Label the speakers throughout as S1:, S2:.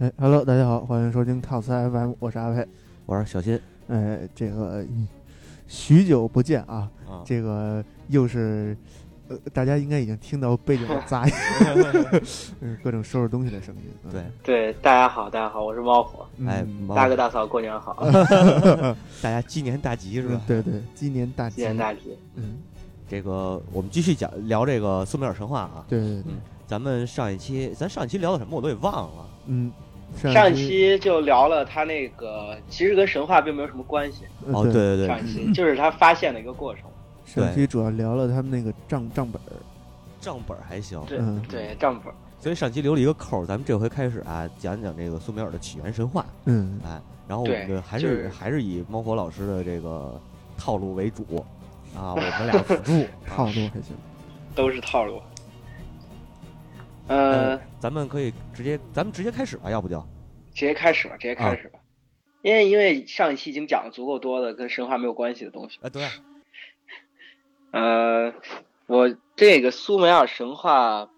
S1: 哎，Hello，大家好，欢迎收听 Top 三 FM，我是阿佩。
S2: 我说小新
S1: 哎，这个嗯许久不见啊，
S2: 啊，
S1: 这个又是呃，大家应该已经听到背景的杂 音， 嗯，各种收拾东西的声音。嗯
S2: 对，，
S3: 对，大家好，大家好，我是猫火，
S1: 嗯
S2: 哎，猫
S3: 大哥大嫂过年好，
S2: 大家鸡年大吉是
S1: 嗯
S2: 吧？
S1: 对对，今年大吉，
S3: 新年大吉。
S1: 嗯，
S2: 这个我们继续讲聊这个苏美尔神话啊。
S1: 对对对，
S2: 咱们上一期，咱上一期聊的什么我都给忘了。
S1: 嗯，
S3: 上
S1: 一
S3: 一期就聊了他那个，其实跟神话并没有什么关系。
S1: 嗯
S2: 哦，对
S1: 对，
S2: 对
S3: 上
S2: 对，
S3: 一期就是他发现的一个过程，
S1: 上一期主要聊了他们那个账账本儿，
S2: 账本还行，
S3: 对
S1: 嗯
S3: 对，丈夫
S2: 所以上期留了一个扣儿。咱们这回开始啊，讲讲这个苏美尔的起源神话。
S1: 嗯，
S2: 哎，然后我们
S3: 对
S2: 的还
S3: 就是是
S2: 还是以猫火老师的这个套路为主啊，我们俩 辅助
S1: 套
S2: 啊。
S1: 路还行，
S3: 都是套路。呃，
S2: 咱们可以直接，咱们直接开始吧，要不就
S3: 直接开始吧，直接开始吧，因为因为上一期已经讲了足够多的跟神话没有关系的东西。
S2: 啊，对，
S3: 呃，我这个苏美尔神话，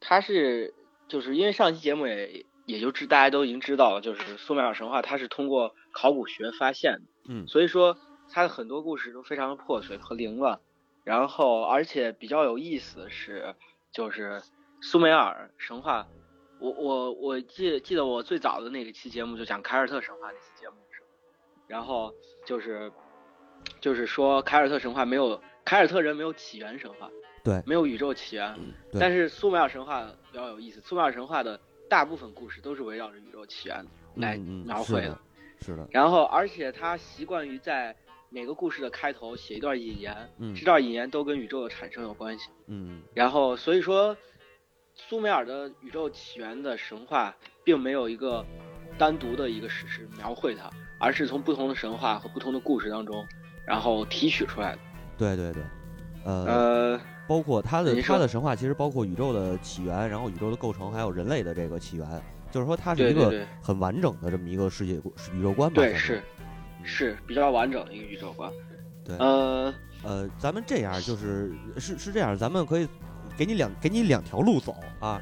S3: 它是就是因为上期节目也也就知大家都已经知道了，就是苏美尔神话它是通过考古学发现的，
S2: 嗯
S3: 所以说它的很多故事都非常的破碎和凌乱，然后而且比较有意思的是，就是苏美尔神话，我我我记记得我最早的那个期节目就讲凯尔特神话那期节目是吧，然后就是就是说凯尔特神话没有凯尔特人没有起源神话，
S2: 对
S3: 没有宇宙起源，
S2: 对
S3: 嗯但是苏美尔神话比较有意思，苏美尔神话的大部分故事都是围绕着宇宙起源来
S2: 嗯
S3: 描
S2: 嗯，是
S3: 绘
S2: 的，是的，
S3: 然后而且他习惯于在每个故事的开头写一段引言，
S2: 嗯
S3: 这段引言都跟宇宙的产生有关系。
S2: 嗯
S3: 然后所以说，苏美尔的宇宙起源的神话并没有一个单独的一个史诗描绘它，而是从不同的神话和不同的故事当中，然后提取出来的。
S2: 对对对，呃，
S3: 呃，
S2: 包括它的
S3: 您
S2: 它
S3: 说
S2: 的神话，其实包括宇宙的起源，然后宇宙的构成，还有人类的这个起源，就是说它是
S3: 对
S2: 一
S3: 对
S2: 个
S3: 对
S2: 很完整的这么一个世界宇宙观吧？
S3: 对
S2: 算
S3: 是
S2: 嗯
S3: 是比较完整的一个宇宙观。
S2: 对
S3: 呃，
S2: 呃，咱们这样就是是是这样，咱们可以给你两给你两条路走啊。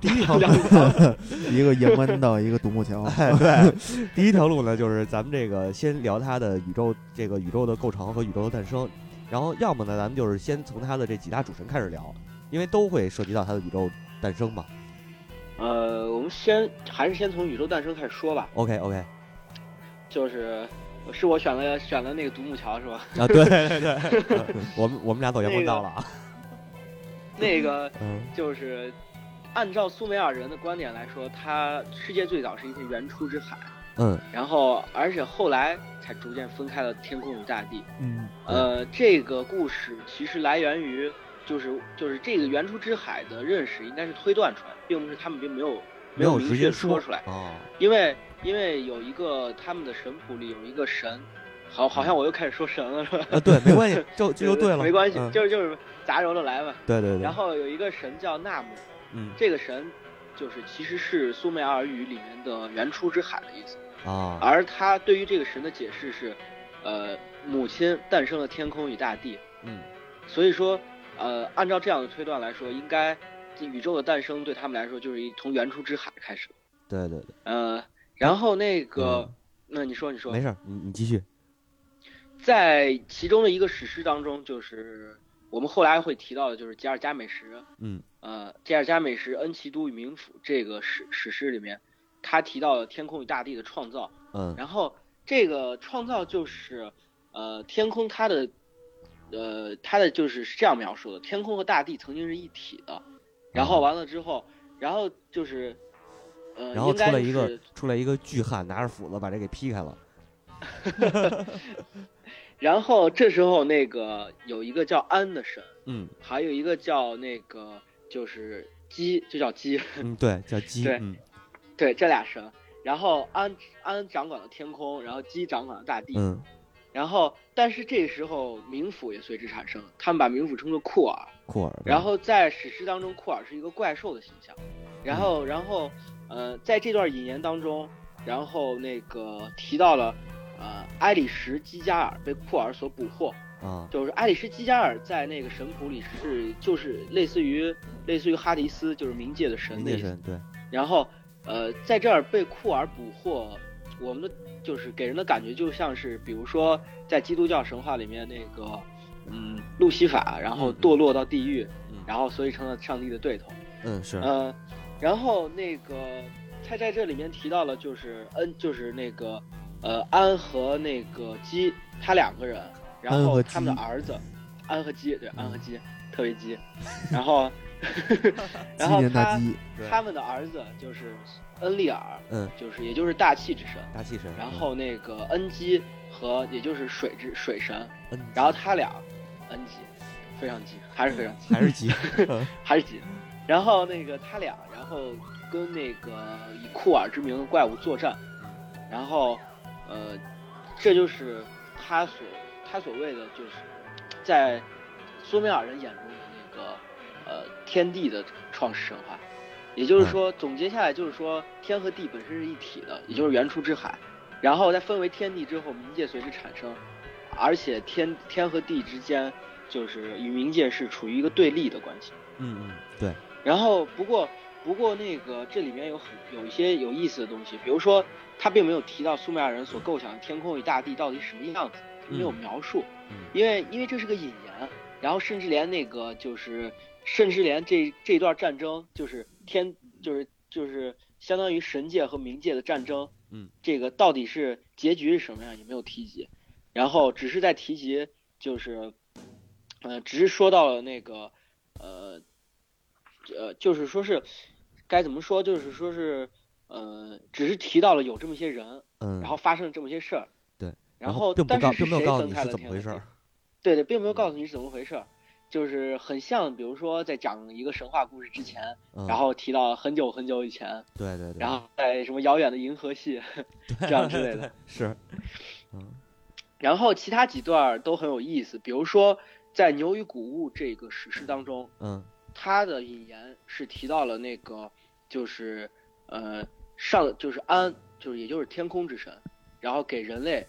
S2: 第一条
S1: 一个阳关道，一个独木桥，
S2: 对，第一条路呢，就是咱们这个先聊它的宇宙，这个宇宙的构成和宇宙的诞生，然后要么呢，咱们就是先从它的这几大主神开始聊，因为都会涉及到它的宇宙诞生嘛。
S3: 呃，我们先还是先从宇宙诞生开始说吧，
S2: OK OK 啊、
S3: 就是是我选了选了那个独木桥是吧？
S2: 啊对对对， 呃我们我们俩走阳关道了啊。
S3: 那个
S2: 嗯
S3: 就是按照苏美尔人的观点来说，它世界最早是一片原初之海，
S2: 嗯
S3: 然后而且后来才逐渐分开了天空与大地。
S1: 嗯，
S3: 呃，这个故事其实来源于就是就是这个原初之海的认识应该是推断出来的，并不是他们并没有没有
S2: 有
S3: 明
S2: 直
S3: 确
S2: 接
S3: 地说出来。
S2: 哦，
S3: 因为因为有一个他们的神谱里有一个神，好，好像我又开始说神了，是吧？
S2: 呃对，没关系，就嗯这就对了，
S3: 没关系，
S2: 嗯
S3: 就是就是杂糅着来嘛。
S2: 对对对，
S3: 然后有一个神叫纳姆，
S2: 嗯
S3: 这个神就是其实是苏美尔语里面的原初之海的意思，
S2: 啊
S3: 而他对于这个神的解释是，呃，母亲诞生了天空与大地，
S2: 嗯
S3: 所以说，呃，按照这样的推断来说，应该这宇宙的诞生对他们来说就是一从原初之海开始，
S2: 对对对，
S3: 呃，然后那个
S2: 嗯，
S3: 那你说你说
S2: 没，事儿，你你继续。
S3: 在其中的一个史诗当中，就是我们后来会提到的，就是吉尔加美什，
S2: 嗯
S3: 呃，《吉尔加美什恩奇都与冥府》这个史史诗里面，他提到了天空与大地的创造，
S2: 嗯
S3: 然后这个创造就是，呃，天空它的，呃，它的就是是这样描述的：天空和大地曾经是一体的，然后完了之后，然后就是，呃，
S2: 嗯然后
S3: 应
S2: 出
S3: 该
S2: 来一
S3: 是
S2: 个出来一个巨汉，拿着斧子把这给劈开了。
S3: 然后这时候那个有一个叫安的神，
S2: 嗯
S3: 还有一个叫那个就是鸡，就叫鸡，
S2: 嗯，对，叫鸡。
S3: 对
S2: 嗯
S3: 对，这俩神。然后安安掌管了天空，然后鸡掌管了大地。
S2: 嗯，
S3: 然后，但是这时候冥府也随之产生，他们把冥府称作库尔。
S2: 库尔。
S3: 然后在史诗当中，库尔是一个怪兽的形象。然后，然后，呃，在这段引言当中，然后那个提到了，呃，埃里什基加尔被库尔所捕获，
S2: 啊，
S3: 就是埃里什基加尔在那个神谱里是就是类似于类似于哈迪斯，就是冥界的神
S2: 冥
S3: 的意
S2: 界
S3: 思。
S2: 神对，
S3: 然后呃，在这儿被库尔捕获，我们的就是给人的感觉就像是，比如说在基督教神话里面那个，嗯，路西法，然后
S2: 嗯嗯
S3: 堕落到地狱，
S2: 嗯
S3: 然后所以成了上帝的对头。
S2: 嗯是，
S3: 呃，然后那个他在这里面提到了，就是恩，就是那个呃安和那个基他两个人，然
S1: 安
S3: 后
S1: 和
S3: 他们的
S1: 基
S3: 儿子安和基，对安和
S1: 嗯
S3: 基特别基，然后
S1: 鸡
S3: 然后
S1: 年大
S3: 他
S1: 鸡，
S2: 对
S3: 他们的儿子就是恩利尔，
S2: 嗯，
S3: 就是也就是大气之神，
S2: 大气神，嗯
S3: 然后那个恩基和也就是水之水神，
S2: 嗯
S3: 然后他俩恩基非常基，还是非常基。
S2: 还 是急，嗯
S3: 还是几，然后那个他俩，然后跟那个以库尔之名的怪物作战，然后呃，这就是他所他所谓的就是在苏美尔人眼中的那个呃天地的创世神话，也就是说，总结下来就是说天和地本身是一体的，也就是原初之海，然后再分为天地之后，冥界随之产生，而且天天和地之间就是与冥界是处于一个对立的关系。
S2: 嗯嗯对，
S3: 然后不过不过那个这里面有很有一些有意思的东西，比如说他并没有提到苏美尔人所构想的天空与大地到底什么样子，他没有
S2: 嗯
S3: 描述，
S2: 嗯
S3: 因为因为这是个引言，然后甚至连那个就是甚至连这这段战争就是天就是就是相当于神界和冥界的战争，
S2: 嗯，
S3: 这个到底是结局是什么样也没有提及，然后只是在提及就是，呃，只是说到了那个呃呃，就是说是该怎么说，就是说是呃，只是提到了有这么些人，
S2: 嗯，
S3: 然后发生了这么些事儿，
S2: 对，
S3: 然
S2: 然
S3: 后
S2: 后并不
S3: 但
S2: 告
S3: 是是
S2: 并没有
S3: 谁
S2: 告诉
S3: 分
S2: 你
S3: 开
S2: 是
S3: 了
S2: 怎么
S3: 天和
S2: 回
S3: 地
S2: 事儿，嗯
S3: 对对，并没有告诉你是怎么回事儿，就是很像，比如说在讲一个神话故事之前，
S2: 嗯
S3: 然后提到很久很久以前，
S2: 对对对，
S3: 然后在什么遥远的银河系这样 之类的。
S2: 是，嗯
S3: 然后其他几段儿都很有意思，比如说在《牛与谷物》这个史诗当中，
S2: 嗯
S3: 他的引言是提到了那个，就是呃上就是安就是也就是天空之神，然后给人类，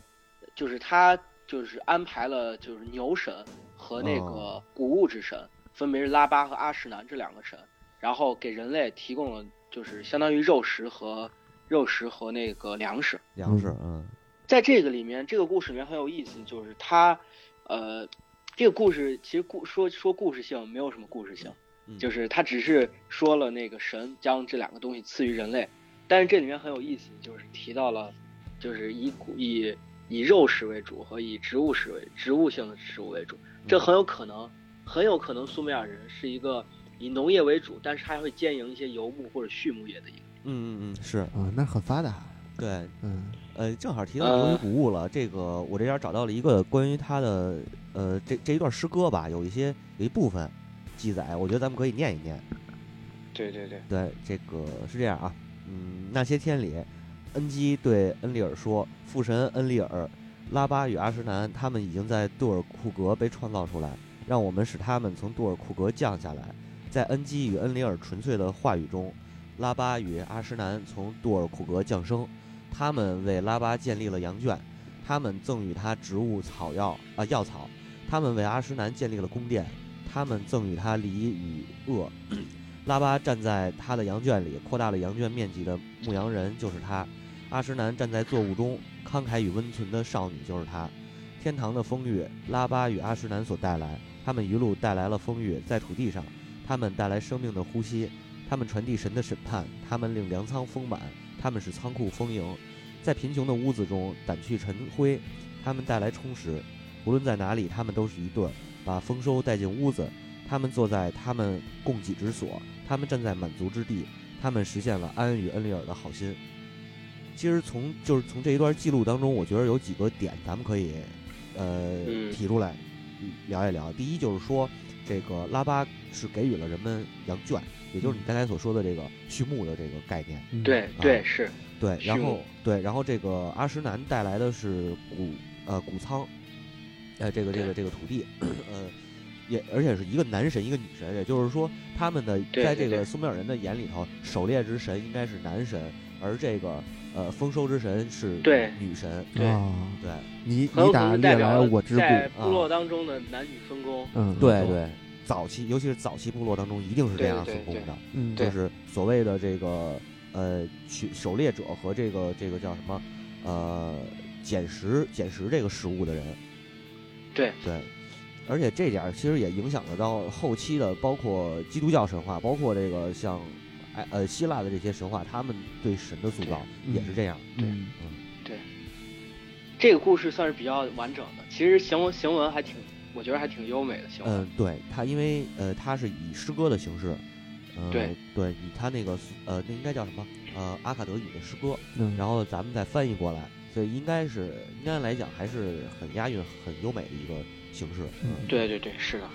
S3: 就是他就是安排了就是牛神和那个
S2: 哦
S3: 谷物之神，分别是拉巴和阿什南这两个神，然后给人类提供了就是相当于肉食和肉食和那个粮食。
S2: 粮食，嗯
S3: 在这个里面，这个故事里面很有意思，就是他，呃，这个故事其实故说说故事性没有什么故事性，
S2: 嗯
S3: 就是他只是说了那个神将这两个东西赐予人类，但是这里面很有意思，就是提到了，就是以谷以以肉食为主和以植物食为植物性的食物为主，这很有可能，很有可能苏美尔人是一个以农业为主，但是他还会兼营一些游牧或者畜牧业的一个，
S2: 嗯嗯嗯是
S1: 啊，那很发达，
S2: 对，
S1: 嗯，
S2: 呃，正好提到牛与谷物了，这个我这边找到了一个关于他的呃这这一段诗歌吧，有一些有一部分记载，我觉得咱们可以念一念。
S3: 对对对，
S2: 对，这个是这样啊，嗯，那些天里，恩基对恩利尔说：“父神恩利尔，拉巴与阿什南，他们已经在杜尔库格被创造出来，让我们使他们从杜尔库格降下来。”在恩基与恩里尔纯粹的话语中，拉巴与阿什南从杜尔库格降生，他们为拉巴建立了羊圈，他们赠予他植物草药啊、药草，他们为阿什南建立了宫殿，他们赠予他犁与轭。拉巴站在他的羊圈里，扩大了羊圈面积的牧羊人就是他；阿什南站在作物中，慷慨与温存的少女就是他。天堂的风雨，拉巴与阿什南所带来，他们一路带来了风雨，在土地上，他们带来生命的呼吸，他们传递神的审判，他们令粮仓丰满，他们使仓库丰盈，在贫穷的屋子中掸去尘灰，他们带来充实。无论在哪里，他们都是一对儿，把丰收带进屋子，他们坐在他们供给之所，他们站在满足之地，他们实现了安与恩利尔的好心。其实从就是从这一段记录当中，我觉得有几个点咱们可以呃
S3: 嗯
S2: 提出来嗯聊一聊。第一就是说，这个拉巴是给予了人们羊圈，也就是
S3: 嗯
S2: 你刚才所说的这个畜牧的这个概念。
S1: 嗯
S3: 对对是，
S2: 对，然
S3: 畜
S2: 后
S3: 牧
S2: 对，然后这个阿什南带来的是谷呃谷仓，呃这个这个这个土地，呃也而且是一个男神一个女神，也就是说他们的
S3: 对
S2: 在
S3: 对
S2: 这个
S3: 对
S2: 苏美尔人的眼里头，狩猎之神应该是男神，而这个呃丰收之神是
S3: 对
S2: 女神，
S3: 对
S1: 啊，
S2: 对
S1: 你
S3: 很
S1: 你
S3: 有可
S1: 打猎
S3: 能代表
S1: 来
S3: 了
S1: 我啊织
S3: 在
S1: 布，
S2: 布
S3: 部落当中的男女分工。
S1: 嗯，
S2: 对对，早期尤其是早期部落当中一定是这
S3: 对
S2: 样
S3: 对
S2: 分工
S3: 对
S2: 的，
S1: 嗯，
S2: 就
S3: 对
S2: 是所谓的这个呃取狩猎者和这个这个叫什么呃捡食捡食这个食物的人。
S3: 对
S2: 对，而且这点儿其实也影响得到后期的，包括基督教神话，包括这个像哎呃希腊的这些神话，他们对神的塑造
S1: 嗯
S2: 也是这样。
S1: 嗯，
S3: 这个故事算是比较完整的。其实行文行文还挺，我觉得还挺优美的行文。
S2: 嗯，对他，因为呃，他是以诗歌的形式，呃，
S3: 对
S2: 对，以他那个呃，那应该叫什么？呃，阿卡德语的诗歌，
S1: 嗯
S2: 然后咱们再翻译过来，所以应该是应该来讲还是很押韵、很优美的一个形式。
S1: 嗯
S3: 对对对，是的。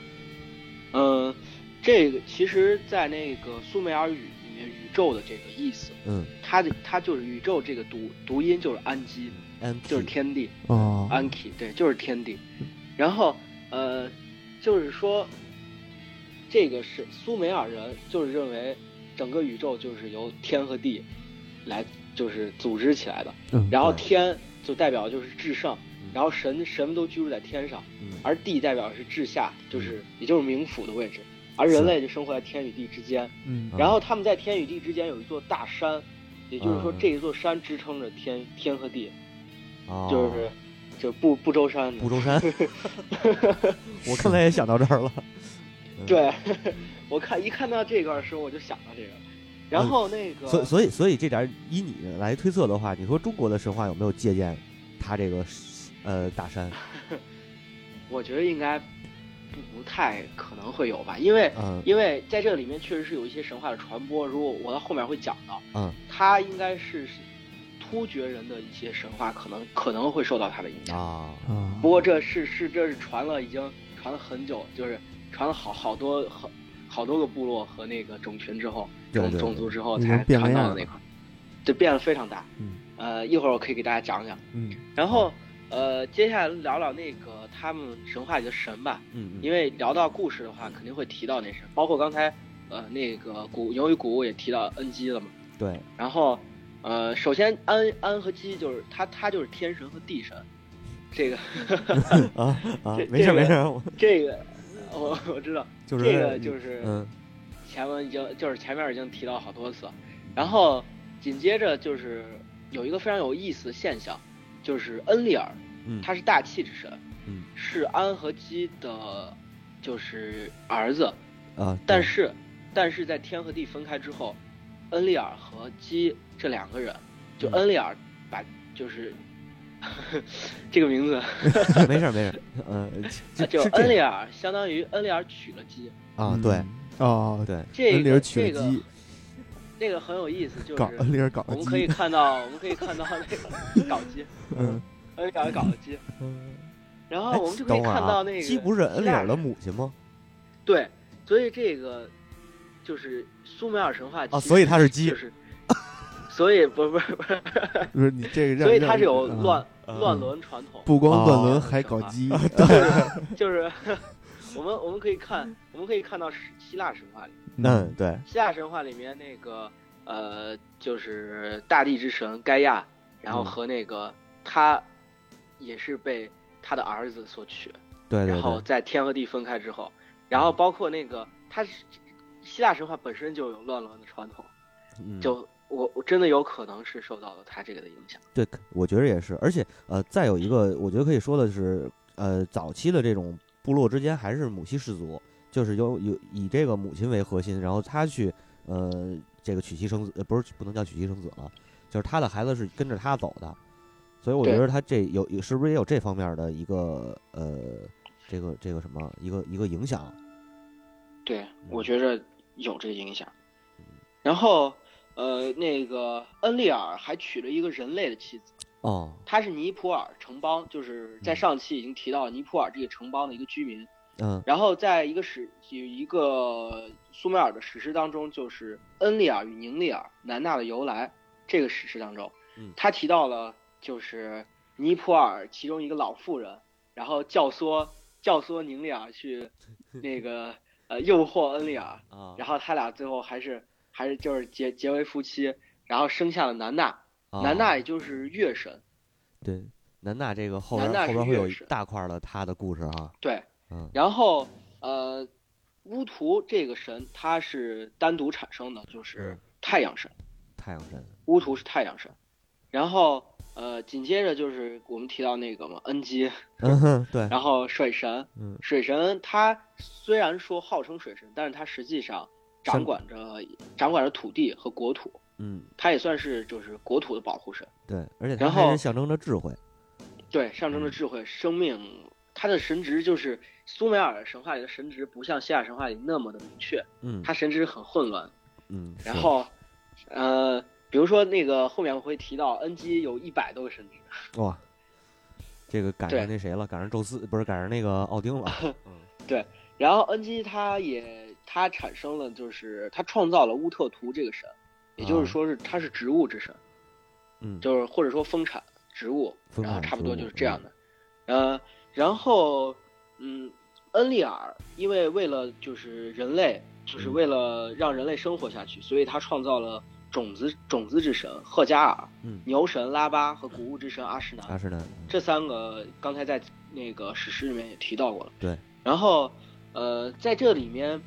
S3: 嗯，这个其实，在那个苏美尔语里面，宇宙的这个意思，
S2: 嗯
S3: 它的它就是宇宙这个读读音就是安基，
S2: ，M
S3: 就是天地。
S1: 哦，
S3: 安 k 对，就是天地。然后，呃，就是说，这个是苏美尔人，就是认为整个宇宙就是由天和地来就是组织起来的。
S1: 嗯
S3: 然后
S2: 对
S3: 天就代表就是至上，然后神神都居住在天上，
S2: 嗯
S3: 而地代表是至下，就是也就是冥府的位置。而人类就生活在天与地之间，
S1: 嗯
S2: 嗯
S3: 然后他们在天与地之间有一座大山，也就是说
S2: 嗯嗯
S3: 这一座山支撑着天天和地，
S2: 哦
S3: 就是就不不周山的
S2: 不周 山，我刚才也想到这儿了。嗯，
S3: 对， 我看一看到这段时候我就想到这个，然后那个，
S2: 嗯所以所以所以这点儿依你来推测的话，你说中国的神话有没有借鉴他这个呃大山？
S3: 我觉得应该不不太可能会有吧，因为
S2: 嗯
S3: 因为在这里面确实是有一些神话的传播，如果我到后面会讲到，
S2: 嗯，
S3: 它应该是是突厥人的一些神话，可能可能会受到它的影响。
S2: 啊，
S1: 啊，
S3: 不过这是是这是传了已经传了很久，就是传了好好多好好多个部落和那个种群之后，
S2: 对
S3: 种
S2: 对
S3: 种
S2: 对
S3: 族之后
S1: 已经
S3: 才
S1: 变了
S3: 传到
S1: 样
S3: 了
S1: 了
S3: 那块儿，就变得非常大。
S1: 嗯
S3: 呃，一会儿我可以给大家讲讲。
S1: 嗯
S3: 然后呃，接下来聊聊那个他们神话里的神吧，
S2: 嗯嗯
S3: 因为聊到故事的话，肯定会提到那神，包括刚才呃那个古，由于古物也提到恩基了嘛。
S2: 对，
S3: 然后呃，首先安安和基就是他，他就是天神和地神，这个
S2: 啊啊
S3: 这，
S2: 没事
S3: 这个
S2: 儿没事儿，我
S3: 这个 我我知道，
S2: 就是
S3: 这个就是
S2: 嗯
S3: 前文已经就是前面已经提到好多次，然后紧接着就是有一个非常有意思的现象，就是恩利尔
S2: 嗯，
S3: 他是大气之神，
S2: 嗯
S3: 是安和基的，就是儿子，
S2: 啊，
S3: 但
S2: 对
S3: 是但是在天和地分开之后，恩利尔和基这两个人，就
S2: 嗯
S3: 恩利尔把就是。 这个名字
S2: 没事儿没事儿，嗯， 这
S3: 啊就
S2: 这
S3: 恩利
S2: 这
S3: 尔，相当于恩利尔娶了基，
S2: 啊，对，
S3: 嗯
S1: 哦，
S2: 对，
S3: 这
S1: 恩里
S3: 个
S1: 尔取
S3: 这
S1: 了
S3: 个
S1: 鸡，
S3: 这个很有意思，就
S1: 搞
S3: 是
S1: 恩里尔搞
S3: 我
S1: 了
S3: 们可以
S1: 鸡，
S3: 看到，我们可以看到那 个搞基，
S1: 嗯，
S3: 恩里尔搞基，
S2: 嗯哎
S3: 然后哦我们就可以
S2: 等会儿
S3: 看到
S2: 啊
S3: 那，个
S2: 鸡不是恩里尔的
S3: 希腊人
S2: 母亲吗？
S3: 对，所以这个就是苏美尔神话
S2: 啊，所以他是鸡
S3: 就，是，所以不是不是不是，
S1: 不是你这个让，
S3: 所以他
S1: 让
S3: 是有
S1: 啊
S3: 乱
S2: 嗯
S3: 乱伦传统，
S1: 不光乱
S2: 哦
S1: 伦还搞 基，
S3: 对，就是 我们我们可以看我们可以看到希希腊神话里，
S2: 嗯，对，
S3: 希腊神话里面那个呃就是大地之神盖亚，然后
S2: 嗯
S3: 和那个他也是被他的儿子所娶，
S2: 对对
S3: 然后
S2: 对，嗯
S3: 在天和地分开之后，然后包括那个他是希腊神话本身就有乱伦的传统，
S2: 嗯
S3: 就我我真的有可能是受到了他这个的影响。
S2: 对，我觉得也是，而且呃，再有一个，我觉得可以说的是，呃，早期的这种部落之间还是母系氏族，就是有有以这个母亲为核心，然后他去呃这个娶妻生子，呃不是不能叫娶妻生子了，就是他的孩子是跟着他走的，所以我觉
S3: 对
S2: 得他这有有是不是也有这方面的一个呃这个这个什么一个一个影响？
S3: 对，
S2: 嗯
S3: 我觉着有这个影响。然后，呃，那个恩利尔还娶了一个人类的妻子，
S2: 哦，
S3: 她是尼泊尔城邦，就是在
S2: 嗯
S3: 上期已经提到尼泊尔这个城邦的一个居民。
S2: 嗯
S3: 然后在一个史有一个苏美尔的史诗当中，就是恩利尔与宁利尔南娜的由来这个史诗当中
S2: 嗯，
S3: 他提到了就是尼泊尔其中一个老妇人，然后教唆教唆宁利尔 去那个呃诱惑恩利尔，
S2: 啊
S3: 然后他俩最后还是还是就是结结为夫妻，然后生下了南娜，
S2: 啊
S3: 南娜也就是月神，
S2: 对南娜这个后
S3: 南
S2: 边
S3: 娜
S2: 后
S3: 是
S2: 边会有
S3: 月
S2: 一
S3: 氏
S2: 大块儿的他的故事哈，
S3: 对，
S2: 嗯
S3: 然后呃，乌图这个神他是单独产生的，就是太阳神。
S2: 太阳神，
S3: 乌图是太阳神，然后呃紧接着就是我们提到那个嘛恩基，
S2: 嗯哼，对，
S3: 然后水神，
S2: 嗯，
S3: 水神他虽然说号称水神，但是他实际上掌管着掌管着土地和国土，
S2: 嗯，
S3: 他也算是就是国土的保护神，
S2: 对，而且它
S3: 然
S2: 还
S3: 后
S2: 是象征着智慧，
S3: 对，象征着智慧、生命。他的神职就是苏美尔神话里的神职，不像希腊神话里那么的明确，
S2: 嗯，
S3: 他神职很混乱。
S2: 嗯，
S3: 然
S2: 是
S3: 后，呃，比如说那个后面我会提到恩基有一百多个神职，
S2: 哇，这个赶上
S3: 对
S2: 那谁了，赶上宙斯不是赶上那个奥丁了，
S3: 然后恩基他也他产生了，就是他创造了乌特图这个神，也就
S2: 啊
S3: 是说是他是植物之神，
S2: 嗯，
S3: 就是或者说丰产植物，
S2: 丰
S3: 然后
S2: 产
S3: 差不多
S2: 植物嗯
S3: 就是这样的。呃，然后嗯，恩利尔因为为了就是人类，就是
S2: 嗯
S3: 为了让人类生活下去，所以他创造了种子种子之神赫加尔、
S2: 嗯，
S3: 牛神拉巴和谷物之神阿什南。
S2: 阿什嗯南，
S3: 这三个刚才在那个史诗里面也提到过了。
S2: 对，
S3: 然后呃，在这里面，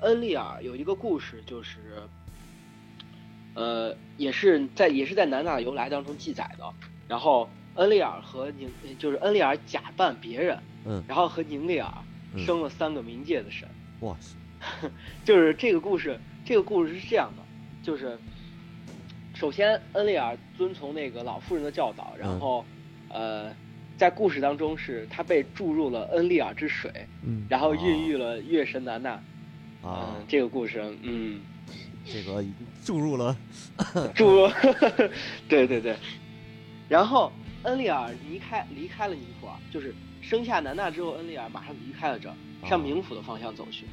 S3: 恩利尔有一个故事，就是呃，也是在也是在《南大由来》当中记载的。然后恩利尔和宁，就是恩利尔假扮别人，
S2: 嗯
S3: 然后和宁利尔
S2: 嗯
S3: 生了三个冥界的神。
S2: 哇塞，
S3: 就是这个故事，这个故事是这样的，就是首先恩利尔遵从那个老妇人的教导，然后、呃，在故事当中是他被注入了恩利尔之水，
S1: 嗯，
S3: 然后孕育了月神南娜。
S2: 啊，
S3: 嗯，这个故事，嗯，
S2: 这个注入了，
S3: 注入， 对对对。然后恩利尔离开离开了尼泊尔，就是生下南娜之后，恩利尔马上离开了这儿，向冥府的方向走去。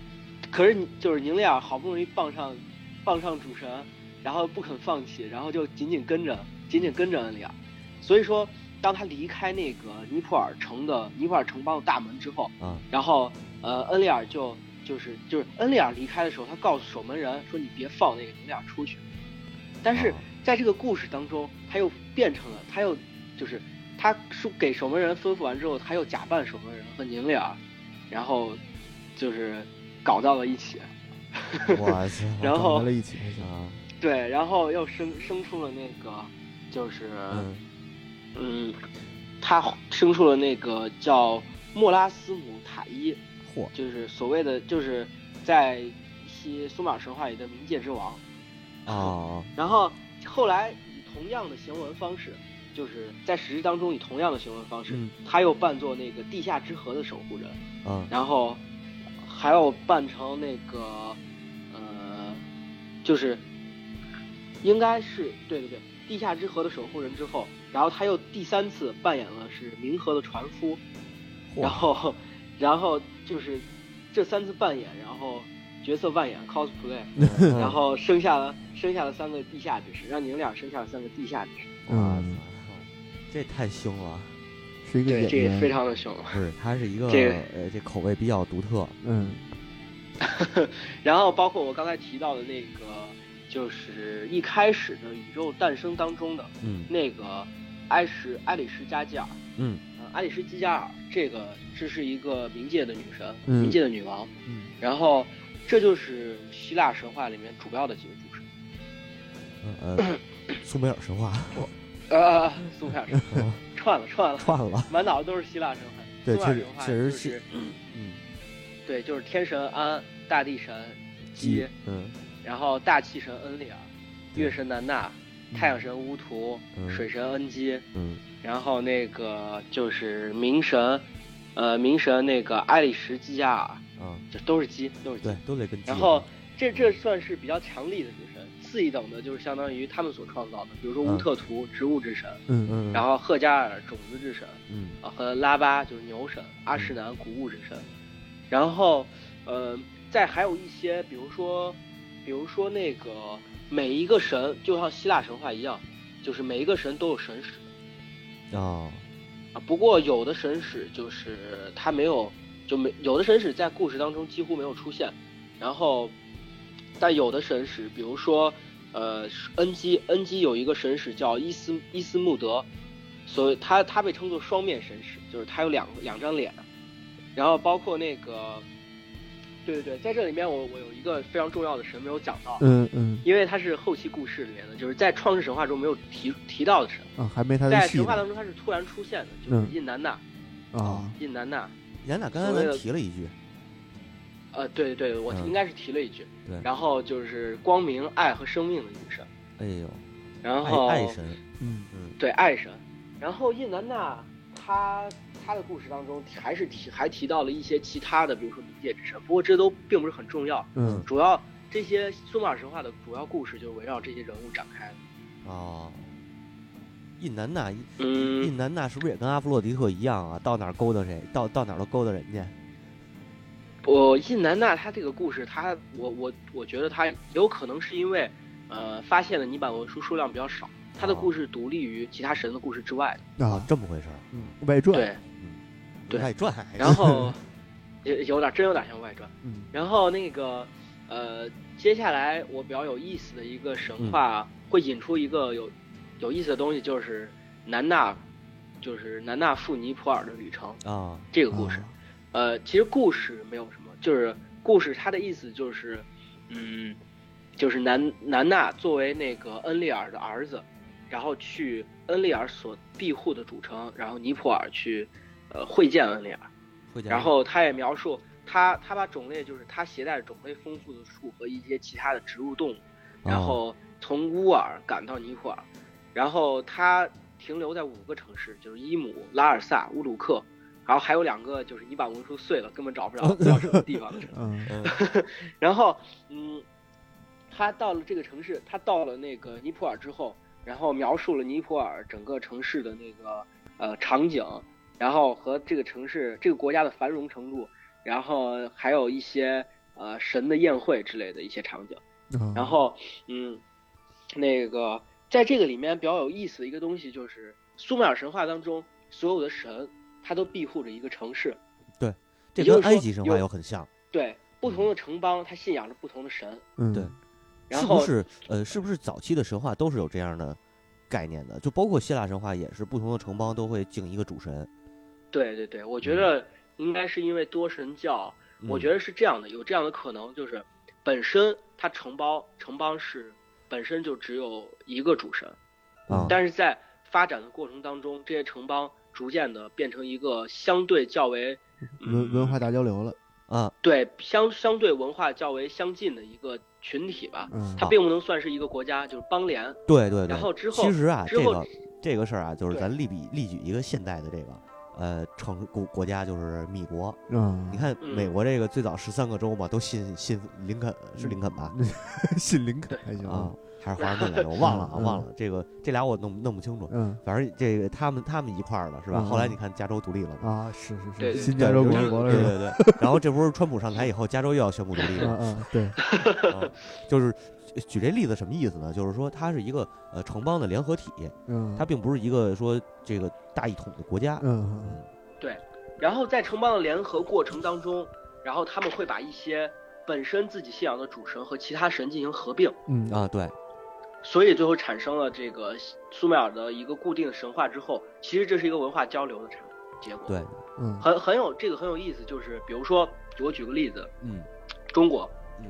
S3: 可是你就是宁利尔好不容易傍上傍上主神，然后不肯放弃，然后就紧紧跟着紧紧跟着恩利尔。所以说，当他离开那个尼泊尔城的尼泊尔城邦的大门之后，
S2: 啊，
S3: 然后呃，恩利尔就就是就是恩利尔离开的时候，他告诉守门人说：“你别放那个宁利尔出去。”但是
S2: 啊
S3: 在这个故事当中，他又变成了，他又就是他说给守门人吩咐完之后，他又假扮守门人和宁利尔，然后就是搞到了一起，
S2: 哇塞，
S3: 然
S1: 搞
S3: 后
S1: 在了一起还行。
S2: 啊，
S3: 对，然后又生生出了那个就是
S2: 嗯
S3: 嗯，他生出了那个叫莫拉斯姆塔伊。
S2: 嚯，
S3: 就是所谓的就是在一些苏美尔神话里的冥界之王。
S2: 啊，
S3: 然后后来以同样的行文方式，就是在史诗当中以同样的行文方式，
S2: 嗯
S3: 他又扮作那个地下之河的守护人，
S2: 啊，
S3: 然后还要扮成那个呃，就是应该是对对对。地下之河的守护人之后，然后他又第三次扮演了是冥河的船夫，然
S2: 嚯，
S3: 后，然后就是这三次扮演，然后角色扮演 cosplay，然
S2: 嗯
S3: 后生下了生下了三个地下之士，让你们俩生下了三个地下之士，
S2: 哇
S1: 嗯
S2: 塞，这太凶了。
S1: 是一个
S3: 对，
S1: 演
S3: 这也
S1: 员，
S3: 非常的凶。
S2: 不是，他是一个
S3: 这个
S2: 呃，这口味比较独特，
S1: 嗯
S3: 然后包括我刚才提到的那个，就是一开始的宇宙诞生当中的
S2: 嗯
S3: 那个埃什埃里什加吉尔，
S2: 嗯
S3: 呃，埃里什基加尔，这个这是一个冥界的女神，
S1: 嗯
S3: 冥界的女王，
S1: 嗯
S3: 然后这就是希腊神话里面主要的几个主神。
S2: 呃，呃苏美尔神话
S3: 呃，苏美尔神话串了串了，
S2: 嗯串了，
S3: 满脑子都是希腊神话。
S2: 对，
S3: 苏美
S2: 确实
S3: 尔神话
S2: 确实
S3: 就是是，
S2: 嗯，
S3: 对，就是天神安，大地神基，
S2: 嗯
S3: 然后大气神恩里尔，
S2: 对
S3: 月神南娜，
S1: 嗯
S3: 太阳神乌图，
S2: 嗯
S3: 水神恩基，
S2: 嗯
S3: 然后那个就是冥神，呃，冥神那个埃里什基加尔，
S2: 啊，
S3: 这都是基，都是基
S2: 对。，都得跟鸡
S3: 然后这这算是比较强力的主神，次一等的就是相当于他们所创造的，比如说乌
S2: 嗯
S3: 特图植物之神，
S1: 嗯嗯
S2: 嗯，
S3: 然后赫加尔种子之神。
S2: 嗯
S3: 啊和拉巴就是牛神，阿什南谷物之神，然后，呃，再还有一些，比如说，比如说那个每一个神就像希腊神话一样，就是每一个神都有神使
S2: 啊
S3: 啊，不过有的神使就是他没有，就没有的神使在故事当中几乎没有出现，然后，但有的神使，比如说，呃，恩基恩基有一个神使叫伊斯伊斯穆德，所以他他被称作双面神使，就是他有两两张脸，然后包括那个对对对，在这里面我我有一个非常重要的神没有讲到，
S1: 嗯嗯
S3: 因为它是后期故事里面的，就是在创世神话中没有提提到的神，
S1: 啊，还没他的
S3: 在
S1: 戏
S3: 神话
S1: 呢
S3: 当中它是突然出现的，就是
S1: 嗯
S3: 印南娜，
S1: 啊，
S3: 印南娜，
S2: 咱俩刚才咱提了一句，
S3: 呃，对对，我
S2: 嗯
S3: 应该是提了一句，
S2: 对
S3: 然后就是光明、爱和生命的女神，
S2: 哎呦，
S3: 然后
S2: 爱爱神，
S1: 嗯
S2: 嗯
S3: 对爱神，然后印南娜她她的故事当中还是提还提到了一些其他的，比如说冥界之神，不过这都并不是很重要，
S1: 嗯
S3: 主要这些苏美尔神话的主要故事就是围绕这些人物展开的。
S2: 哦，印南娜，
S3: 嗯，
S2: 印南娜是不是也跟阿弗洛狄特一样啊？到哪儿勾搭谁，到到哪儿都勾搭人家。
S3: 我呃印南娜她这个故事，她我我我觉得她有可能是因为，呃，发现了泥板文书数量比较少，她的故事独立于其他神的故事之外的。
S1: 啊，
S2: 这么回事儿，
S1: 嗯外传，
S3: 对，对
S2: 外传还是。
S3: 然后 有有点真有点像外传。
S1: 嗯
S3: 然后那个呃，接下来我比较有意思的一个神话、会引出一个有有意思的东西，就是南纳，就是南纳赴尼泊尔的旅程
S2: 啊，
S3: 这个故
S1: 哦
S3: 事。呃，其实故事没有什么，就是故事它的意思就是，嗯，就是南南纳作为那个恩利尔的儿子，然后去恩利尔所庇护的主城，然后尼泊尔去，呃，会见恩利尔。
S2: 会啊讲
S3: 然后他也描述他他把种类就是他携带种类丰富的树和一些其他的植物动物，
S2: 哦
S3: 然后从乌尔赶到尼泊尔，然后他停留在五个城市，就是伊姆、拉尔萨、乌鲁克，然后还有两个就是你把文书碎了根本找不着，不知道什么地方的城市。
S1: 嗯
S2: 嗯
S3: 然后，嗯，他到了这个城市，他到了那个尼泊尔之后，然后描述了尼泊尔整个城市的那个呃场景，然后和这个城市这个国家的繁荣程度，然后还有一些呃神的宴会之类的一些场景。
S1: 啊，
S3: 然后，嗯，那个在这个里面比较有意思的一个东西就是苏美尔神话当中所有的神，他都庇护着一个城市，
S2: 这
S3: 也就
S2: 跟
S3: 是
S2: 埃
S3: 说
S2: 及神
S3: 用
S2: 话有很像，
S3: 对不同的城邦，他信仰着不同的神。
S1: 嗯
S2: 对
S3: 然
S2: 是
S3: 后
S2: 不是？呃，是不是早期的神话都是有这样的概念的？就包括希腊神话也是，不同的城邦都会敬一个主神。
S3: 对对对，我觉得应该是因为多神教，
S1: 嗯
S3: 我觉
S2: 得
S3: 得是这样的，有这样的可能，就是本身它城邦城邦是本身就只有一个主神，
S2: 啊，
S3: 但是在发展的过程当中，这些城邦逐渐的变成一个相对较为
S1: 文文化大交流了，
S2: 啊，
S3: 对相相对文化较为相近的一个群体吧，
S1: 嗯
S3: 它并不能算是一个国家，就是邦联。
S2: 对对对。
S3: 然后之后
S2: 其实啊，
S3: 之
S2: 这
S3: 后
S2: 个这个事儿啊，就是
S3: 对
S2: 咱例比例举一个现代的这个呃城国国家，就是米国。
S1: 啊
S2: 你，看美
S3: 嗯
S2: 国这个最早十三个州嘛，都信信林肯是林肯吧？
S1: 信林肯还行
S2: 啊，，还是华盛顿来 着？我忘了啊，
S1: 嗯
S2: 忘了这个这俩我弄弄不清楚。
S1: 嗯
S2: 反正这个他们他们一块儿的是吧？
S1: 嗯
S2: 后来你看加州独立了嘛，
S1: 啊，是是是，
S3: 对对
S1: 新
S2: 对
S1: 加州
S2: 就
S1: 共
S2: 是
S1: 和国了
S2: 对
S1: 是吧？
S2: 对对。然后这不是川普上台以后，加州又要宣布独立
S1: 啊
S2: 了，
S1: 啊，对，
S2: 啊就是。举这例子什么意思呢？就是说它是一个呃城邦的联合体，
S1: 嗯，
S2: 它并不是一个说这个大一统的国家。
S1: 嗯
S3: 然后在城邦的联合过程当中，然后他们会把一些本身自己信仰的主神和其他神进行合并，
S1: 嗯
S2: 啊，对，
S3: 所以最后产生了这个苏美尔的一个固定神话之后，其实这是一个文化交流的产结果。
S2: 对，
S1: 嗯
S3: 很很有这个很有意思，就是比如说我举个例子，
S2: 嗯
S3: 中国，
S2: 嗯，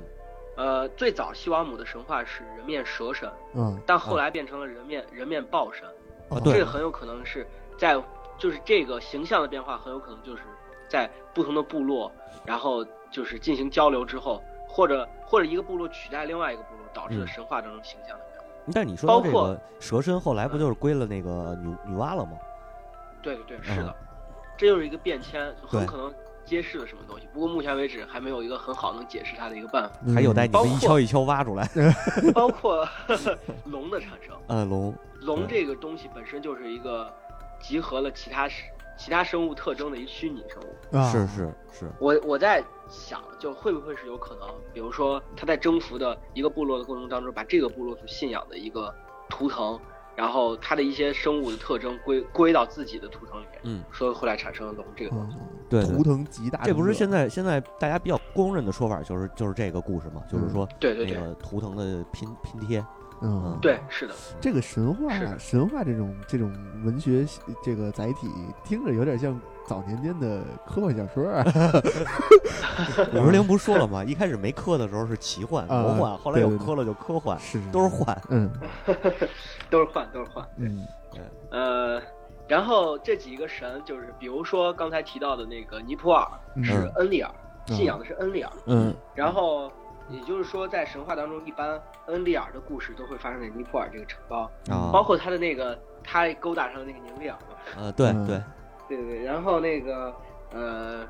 S3: 呃，最早西王母的神话是人面蛇神，
S1: 嗯
S3: 但后来变成了人面、人面豹神，
S2: 啊，
S3: 哦这
S2: 对
S3: 个，很有可能是在就是这个形象的变化，很有可能就是在不同的部落，然后就是进行交流之后，或者或者一个部落取代另外一个部落，导致了
S2: 嗯
S3: 神话当中形象的变化。
S2: 但是你说到
S3: 包
S2: 这
S3: 括
S2: 个蛇身后来不就是归了那个女女娲了吗？
S3: 对对对，是
S2: 嗯
S3: 的，这就是一个变迁，很
S2: 对
S3: 可能揭示了什么东西。不过目前为止还没有一个很好能解释它的一个办法，
S1: 嗯，
S2: 还有待你
S3: 包
S2: 们一锹
S3: 括
S2: 一锹挖出来。
S3: 包括 龙的产生。
S2: 呃，龙，
S3: 龙这个东西本身就是一个集合了其他生其他生物特征的一个虚拟生物。
S1: 啊
S2: 是是是，
S3: 我我在想，就会不会是有可能，比如说他在征服的一个部落的过程当中，把这个部落所信仰的一个图腾，然后它的一些生物的特征归归到自己的图腾里面，
S2: 嗯，
S3: 所以后来产生了龙这个东西。
S1: 嗯
S2: 对对
S1: 图。腾极大，
S2: 这不是现在现在大家比较公认的说法，就是就是这个故事嘛，就是说
S3: 对对
S2: 那
S3: 对，
S2: 个图腾的拼拼贴，
S1: 嗯，
S3: 对，是的，
S1: 这个神话
S3: 是的
S1: 神话这种这种文学这个载体，听着有点像早年间的科幻小说 啊，
S2: 五十铃不是说了吗？一开始没科的时候是奇幻、
S1: 啊
S2: 魔幻，后来有
S1: 对对对
S2: 科了就科幻，
S1: 是
S2: 都是幻。
S1: 嗯
S3: 都是幻，都是幻。
S1: 嗯
S3: 呃，然后这几个神就是，比如说刚才提到的那个尼泊尔
S1: 嗯
S3: 是恩利尔，
S1: 嗯
S3: 信仰的是恩利尔。
S1: 嗯
S3: 然后也就是说，在神话当中，一般恩利尔的故事都会发生在尼泊尔这个城邦，
S1: 嗯
S2: 啊
S3: 包括他的那个他勾搭上的那个宁利尔嘛。
S2: 呃，对
S1: 嗯
S2: 对，
S3: 对对对，然后那个呃，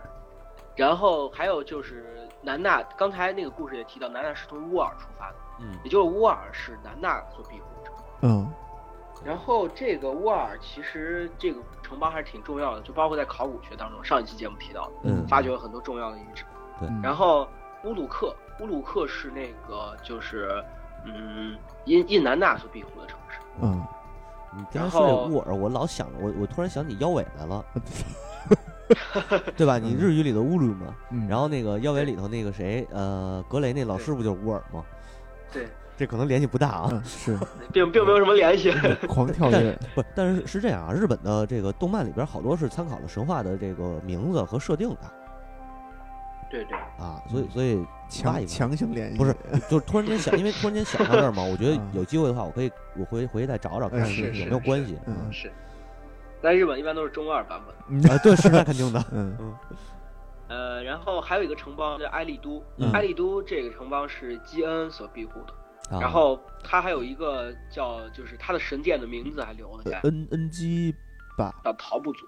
S3: 然后还有就是南纳，刚才那个故事也提到，南纳是从乌尔出发的，
S2: 嗯
S3: 也就是乌尔是南纳所庇护的城邦。
S1: 嗯
S3: 然后这个乌尔其实这个城邦还是挺重要的，就包括在考古学当中，上一期节目提到的，
S2: 嗯，
S3: 发掘了很多重要的遗址。
S1: 嗯，
S3: 然后乌鲁克，乌鲁克是那个就是嗯印印南纳所庇护的城市。
S1: 嗯，
S2: 你刚才
S3: 然
S2: 说
S3: 后
S2: 这乌尔，我老想着我，我突然想起腰尾来了，对吧？你
S1: 嗯
S2: 日语里的乌鲁嘛，
S1: 嗯
S2: 然后那个腰尾里头那个谁，呃，格雷那老师不就是乌尔吗？
S3: 对，
S2: 这可能联系不大啊，
S1: 嗯 是
S3: 并并没有什么联系。
S1: 狂跳跃，
S2: 不是，但是是这样啊，日本的这个动漫里边好多是参考了神话的这个名字和设定的
S3: 对对，
S2: 啊，所以所以挖一
S1: 嗯强
S2: 挖
S1: 强行联系，
S2: 不是就突然间想，因为突然间想到这儿嘛，我觉得
S1: 呃嗯
S2: 有机会的话，我可以我回回去再找找看
S1: 嗯是
S2: 有
S1: 是
S2: 没有关系
S1: 嗯，
S3: 是。在日本一般都是中二版本。
S2: 啊？对，是那肯定的
S1: 嗯
S3: 呃，然后还有一个城邦叫埃利都，
S2: 嗯
S3: 埃利都这个城邦是基恩所庇护的。
S2: 啊
S3: 然后他还有一个叫，就是他的神殿的名字还留了下来，
S1: N N G 吧，
S3: 叫陶部族。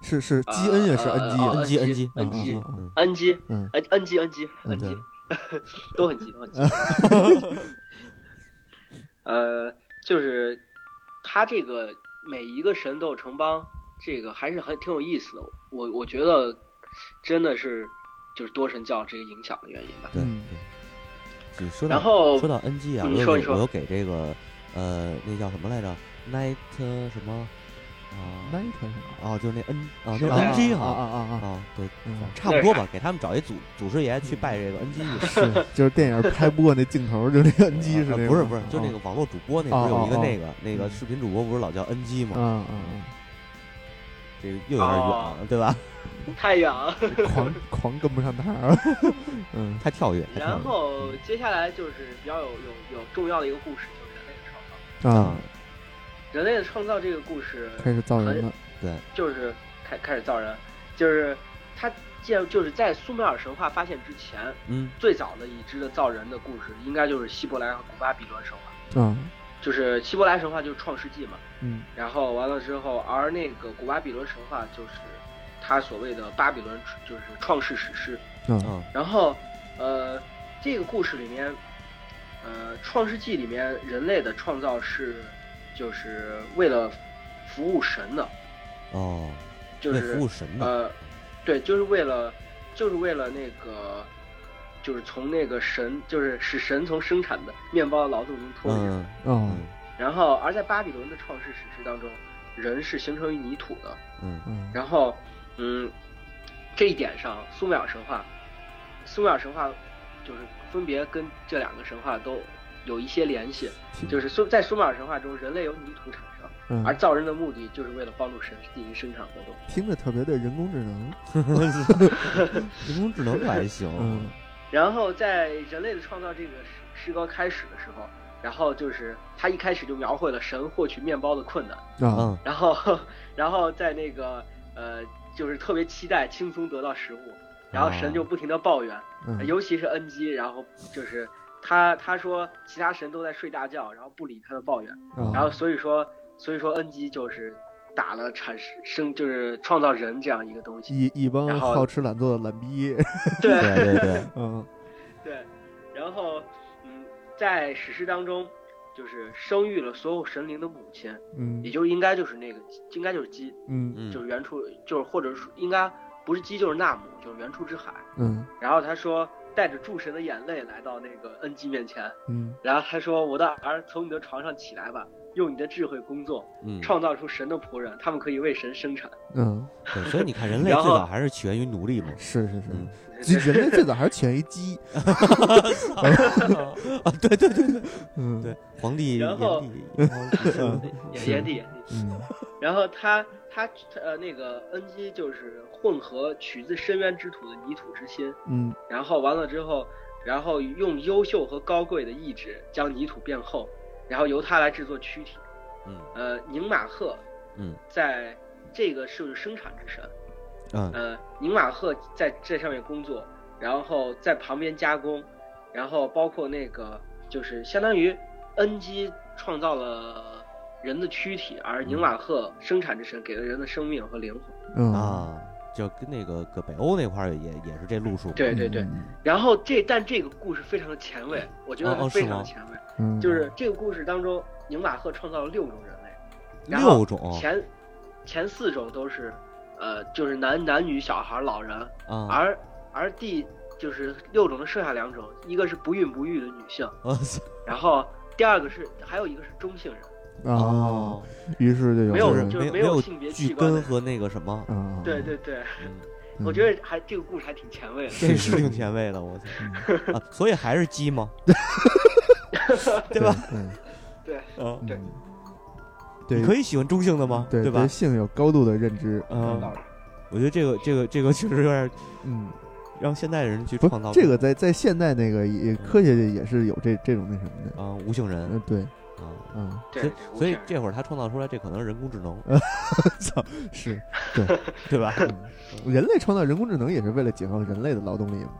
S1: 是是 G N 也是
S3: 呃
S1: N
S3: 呃
S1: G，
S2: N
S3: 呃
S2: G N G
S1: 嗯
S2: N
S3: 恩
S2: G，
S3: 基
S1: 嗯嗯嗯
S3: 恩基，
S1: 嗯
S3: 恩恩基恩基
S2: 嗯
S3: 恩基
S2: 对，
S3: 都很急都很急。 呃，就是他这个每一个神斗城邦，这个还是很挺有意思的。我我觉得真的是就是多神教这个影响的原因吧。
S2: 对
S1: 嗯
S2: 对。你说到
S3: 然后
S2: 说到 N G 啊，
S3: 嗯
S2: 我
S3: 你
S2: 有
S3: 说
S2: 给
S3: 你说
S2: 我有给这个呃那叫什么来着？Night 什么啊？
S1: ，Night 什么？
S2: 哦，就是那 N 啊，
S3: 是
S2: 那
S3: 吧
S2: N G
S1: 啊啊
S2: 哈
S1: 啊啊！
S2: 啊，对，
S1: 嗯
S2: 差不多吧，给他们找一祖祖师爷去拜这个 N G 去。
S1: 是，就是电影拍不过那镜头，就那个啊 N
S2: 呃
S1: G 是那
S2: 不是不是，就那个网络主播那不是有一个
S1: 哦哦哦
S2: 那个那个视频主播不是老叫 N G 吗？
S1: 啊啊
S2: 这个又有点远
S3: 哦
S2: 了，对吧？
S3: 太远了。
S1: 啊，狂狂跟不上趟儿， 嗯
S2: 太跳跃，太跳
S3: 然
S2: 跃
S3: 后接下来就是比较有有有重要的一个故事，就是人类的创造。
S1: 啊，
S3: 人类的创造这个故事
S1: 开始造人了，
S3: 就是开开始造人，就是他建就是在苏美尔神话发现之前，
S2: 嗯
S3: 最早的已知的造人的故事，应该就是希伯来和古巴比伦神话。
S1: 啊，
S3: 哎就是希伯来神话就是创世纪嘛，
S1: 嗯
S3: 然后完了之后，而那个古巴比伦神话就是他所谓的巴比伦就是创世史诗。
S1: 啊，
S2: 嗯
S3: 然后，呃，这个故事里面，呃，创世纪里面人类的创造是就是为了服务神的，
S2: 哦，
S3: 就
S2: 为
S3: 是
S2: 服务神的，
S3: 呃，对，就是为了，就是为了那个，就是从那个神，就是使神从生产的面包的劳动中脱离。
S2: 嗯
S1: 哦
S2: 嗯，
S3: 然后，而在巴比伦的创世史诗当中，人是形成于泥土的。
S2: 嗯
S1: 嗯
S3: 然后，嗯，这一点上，苏美尔神话，苏美尔神话就是分别跟这两个神话都有一些联系。就是苏在苏美尔神话中，人类由泥土产生，而
S1: 嗯，
S3: 造人的目的就是为了帮助神进行生产活动。
S1: 听着特别的人工智能，
S2: 嗯 人工智能还行，
S1: 嗯
S3: 然后在人类的创造这个诗诗歌开始的时候，然后就是他一开始就描绘了神获取面包的困难，
S1: 啊，
S2: 嗯
S3: 然后 然后在那个呃就是特别期待轻松得到食物，然后神就不停的抱怨，
S1: 嗯
S3: 尤其是恩基，然后就是他他说其他神都在睡大觉，然后不理他的抱怨，
S1: 哦啊
S3: 然后所以说所以说恩基就是打了产生就是创造人这样一个东西，
S1: 一一帮好吃懒做的懒逼，
S3: 对
S2: 对对 对，
S1: 嗯
S3: 对，然后嗯，在史诗当中，就是生育了所有神灵的母亲，也
S1: 嗯
S3: 就应该就是那个，应该就是鸡，
S1: 嗯
S2: 嗯
S3: 就是原初就是或者说应该不是鸡就是纳姆，就是原初之海。
S1: 嗯
S3: 然后他说，带着诸神的眼泪来到那个恩基面前，
S1: 嗯
S3: 然后他说：“我的儿，从你的床上起来吧，用你的智慧工作，
S2: 嗯，
S3: 创造出神的仆人，他们可以为神生产。
S1: 嗯，
S2: 对，所以你 看，人类
S3: 然
S2: 最
S3: 后
S2: 早还是起源于奴隶嘛。
S1: 是是是。
S2: 嗯
S1: 其实人类最早还是起源于 鸡，
S2: 啊，对对对对
S1: 嗯，
S2: 对，皇帝
S3: 然
S2: 炎
S3: 后
S2: 帝，然后
S3: 也
S1: 是
S3: 也地也地。
S1: 嗯
S3: 然后他他他呃那个恩基就是混合取自深渊之土的泥土之心，
S1: 嗯
S3: 然后完了之后，然后用优秀和高贵的意志将泥土变厚，然后由它来制作躯体。
S2: 嗯
S3: 呃，宁马赫
S2: 嗯
S3: 在这个是生产之神，
S2: 嗯
S3: 呃，宁马赫在这上面工作，然后在旁边加工，然后包括那个就是相当于恩基创造了人的躯体，而宁马赫生产之神给了人的生命和灵魂。
S1: 嗯，
S2: 啊，就跟那个搁北欧那块儿也也是这路数嘛。
S3: 对对对
S1: 嗯，
S3: 然后这但这个故事非常的前卫，我觉得
S2: 哦
S3: 它
S2: 哦
S3: 非
S2: 是
S3: 常
S2: 吗
S3: 的前卫，
S1: 嗯
S3: 就是这个故事当中，宁马赫创造了六种人类，然后
S2: 六种哦
S3: 前前四种都是，呃，就是男男女小孩老人，
S2: 啊，
S3: 而而第就是六种的剩下两种，一个是不孕不育的女性，
S2: 我操
S3: 然后第二个是还有一个是中性人，
S1: 啊，，于是就
S3: 哦没
S1: 有
S2: 就
S3: 有
S2: 是
S1: 人
S3: 就
S2: 没
S3: 是
S2: 有
S3: 没有
S2: 有
S3: 性别
S2: 巨
S3: 器官
S2: 根
S3: 的
S2: 和那个什么，
S1: 啊，
S3: 对对对，
S2: 嗯
S1: 嗯，
S3: 我觉得还这个故事还挺前卫的。
S2: 这 是挺前卫的，我操
S1: 嗯
S2: 啊！所以还是鸡吗？对吧？？
S1: 嗯
S3: 对，
S2: 嗯，
S3: 对
S1: 嗯
S2: 你
S1: 对，
S2: 可以喜欢中性的吗？
S1: 对
S2: 吧？
S1: 性有高度的认知，
S2: 嗯
S3: 道理，
S2: 我觉得这个这个这个确实有点
S1: 嗯，
S2: 让现代人去
S1: 不
S2: 创造，嗯
S1: 这个在在现代那个也科学界也是有这这种那什么的，
S2: 啊无性人
S1: 嗯，对，
S2: 啊。
S1: 嗯，
S3: 对
S2: 所以，
S3: 对
S2: 所以
S3: 我想
S2: 这会儿他创造出来，这可能是人工智能，
S1: 是
S2: 对 吧？
S1: 人类创造人工智能也是为了解放人类的劳动力嘛，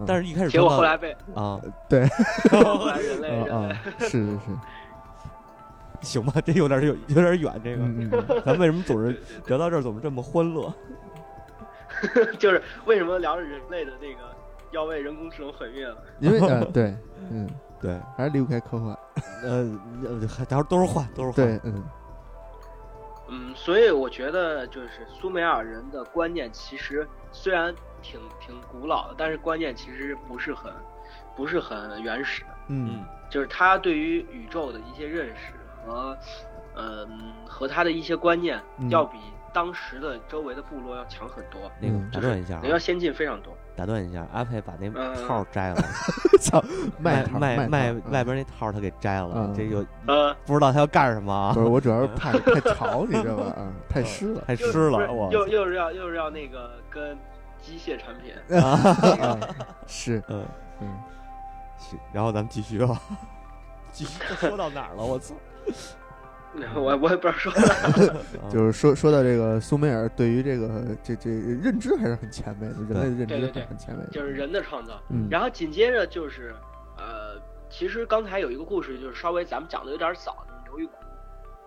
S1: 嗯
S2: 但是一开始
S3: 结果
S2: 创造
S3: 后来被
S2: 啊，
S3: 后来人类
S2: 嗯
S1: 啊
S3: 人类
S1: 啊，是 是是，
S2: 行吧，这有点有有点远，这个
S1: 嗯嗯嗯
S2: 咱为什么总是聊到这儿，怎么这么欢乐？
S3: 就是为什么聊着人类的那个要为人工智能毁灭了？
S1: 因为 啊对，嗯，
S2: 对，
S1: 还是离不开科幻，
S2: 呃，呃还到时候都是话，都是话。
S1: 对，嗯
S3: 嗯，所以我觉得就是苏美尔人的观念其实虽然挺挺古老的，但是观念其实不是很不是很原始的，
S1: 嗯
S2: 嗯，
S3: 就是他对于宇宙的一些认识和嗯和他的一些观念
S1: 嗯
S3: 要比当时的周围的部落要强很多，
S2: 那个
S1: 嗯
S2: 打断一下啊，
S3: 人要先进非常多。
S2: 打断一下，阿佩把那
S3: 嗯
S2: 套摘了，
S1: 操，
S2: 卖
S1: 套
S2: 卖
S1: 卖嗯套
S2: 外边那套他给摘了
S1: 嗯，
S2: 这就
S3: 呃，
S2: 不知道他要干什么啊
S1: 不，是，我主要是 怕你太潮，你知道吧？啊，太湿了。
S2: 太
S3: 又
S2: 湿
S3: 不是
S2: 了，我
S3: 又又是要又是要那个跟机械产品，
S1: 呃啊是，
S2: 嗯
S1: 嗯，
S2: 行，然后咱们继续啊， 继续说到哪儿了？我 操，
S3: 我我也不知道说啥。
S2: 啊
S1: 就是说说到这个苏美尔对于这个这这认知还是很前卫的，人类的认
S3: 对
S1: 知
S3: 对对
S1: 很前卫的。
S3: 就是人的创造。
S1: 嗯
S3: 然后紧接着就是，呃，其实刚才有一个故事，就是稍微咱们讲的有点早，就是刘玉谷。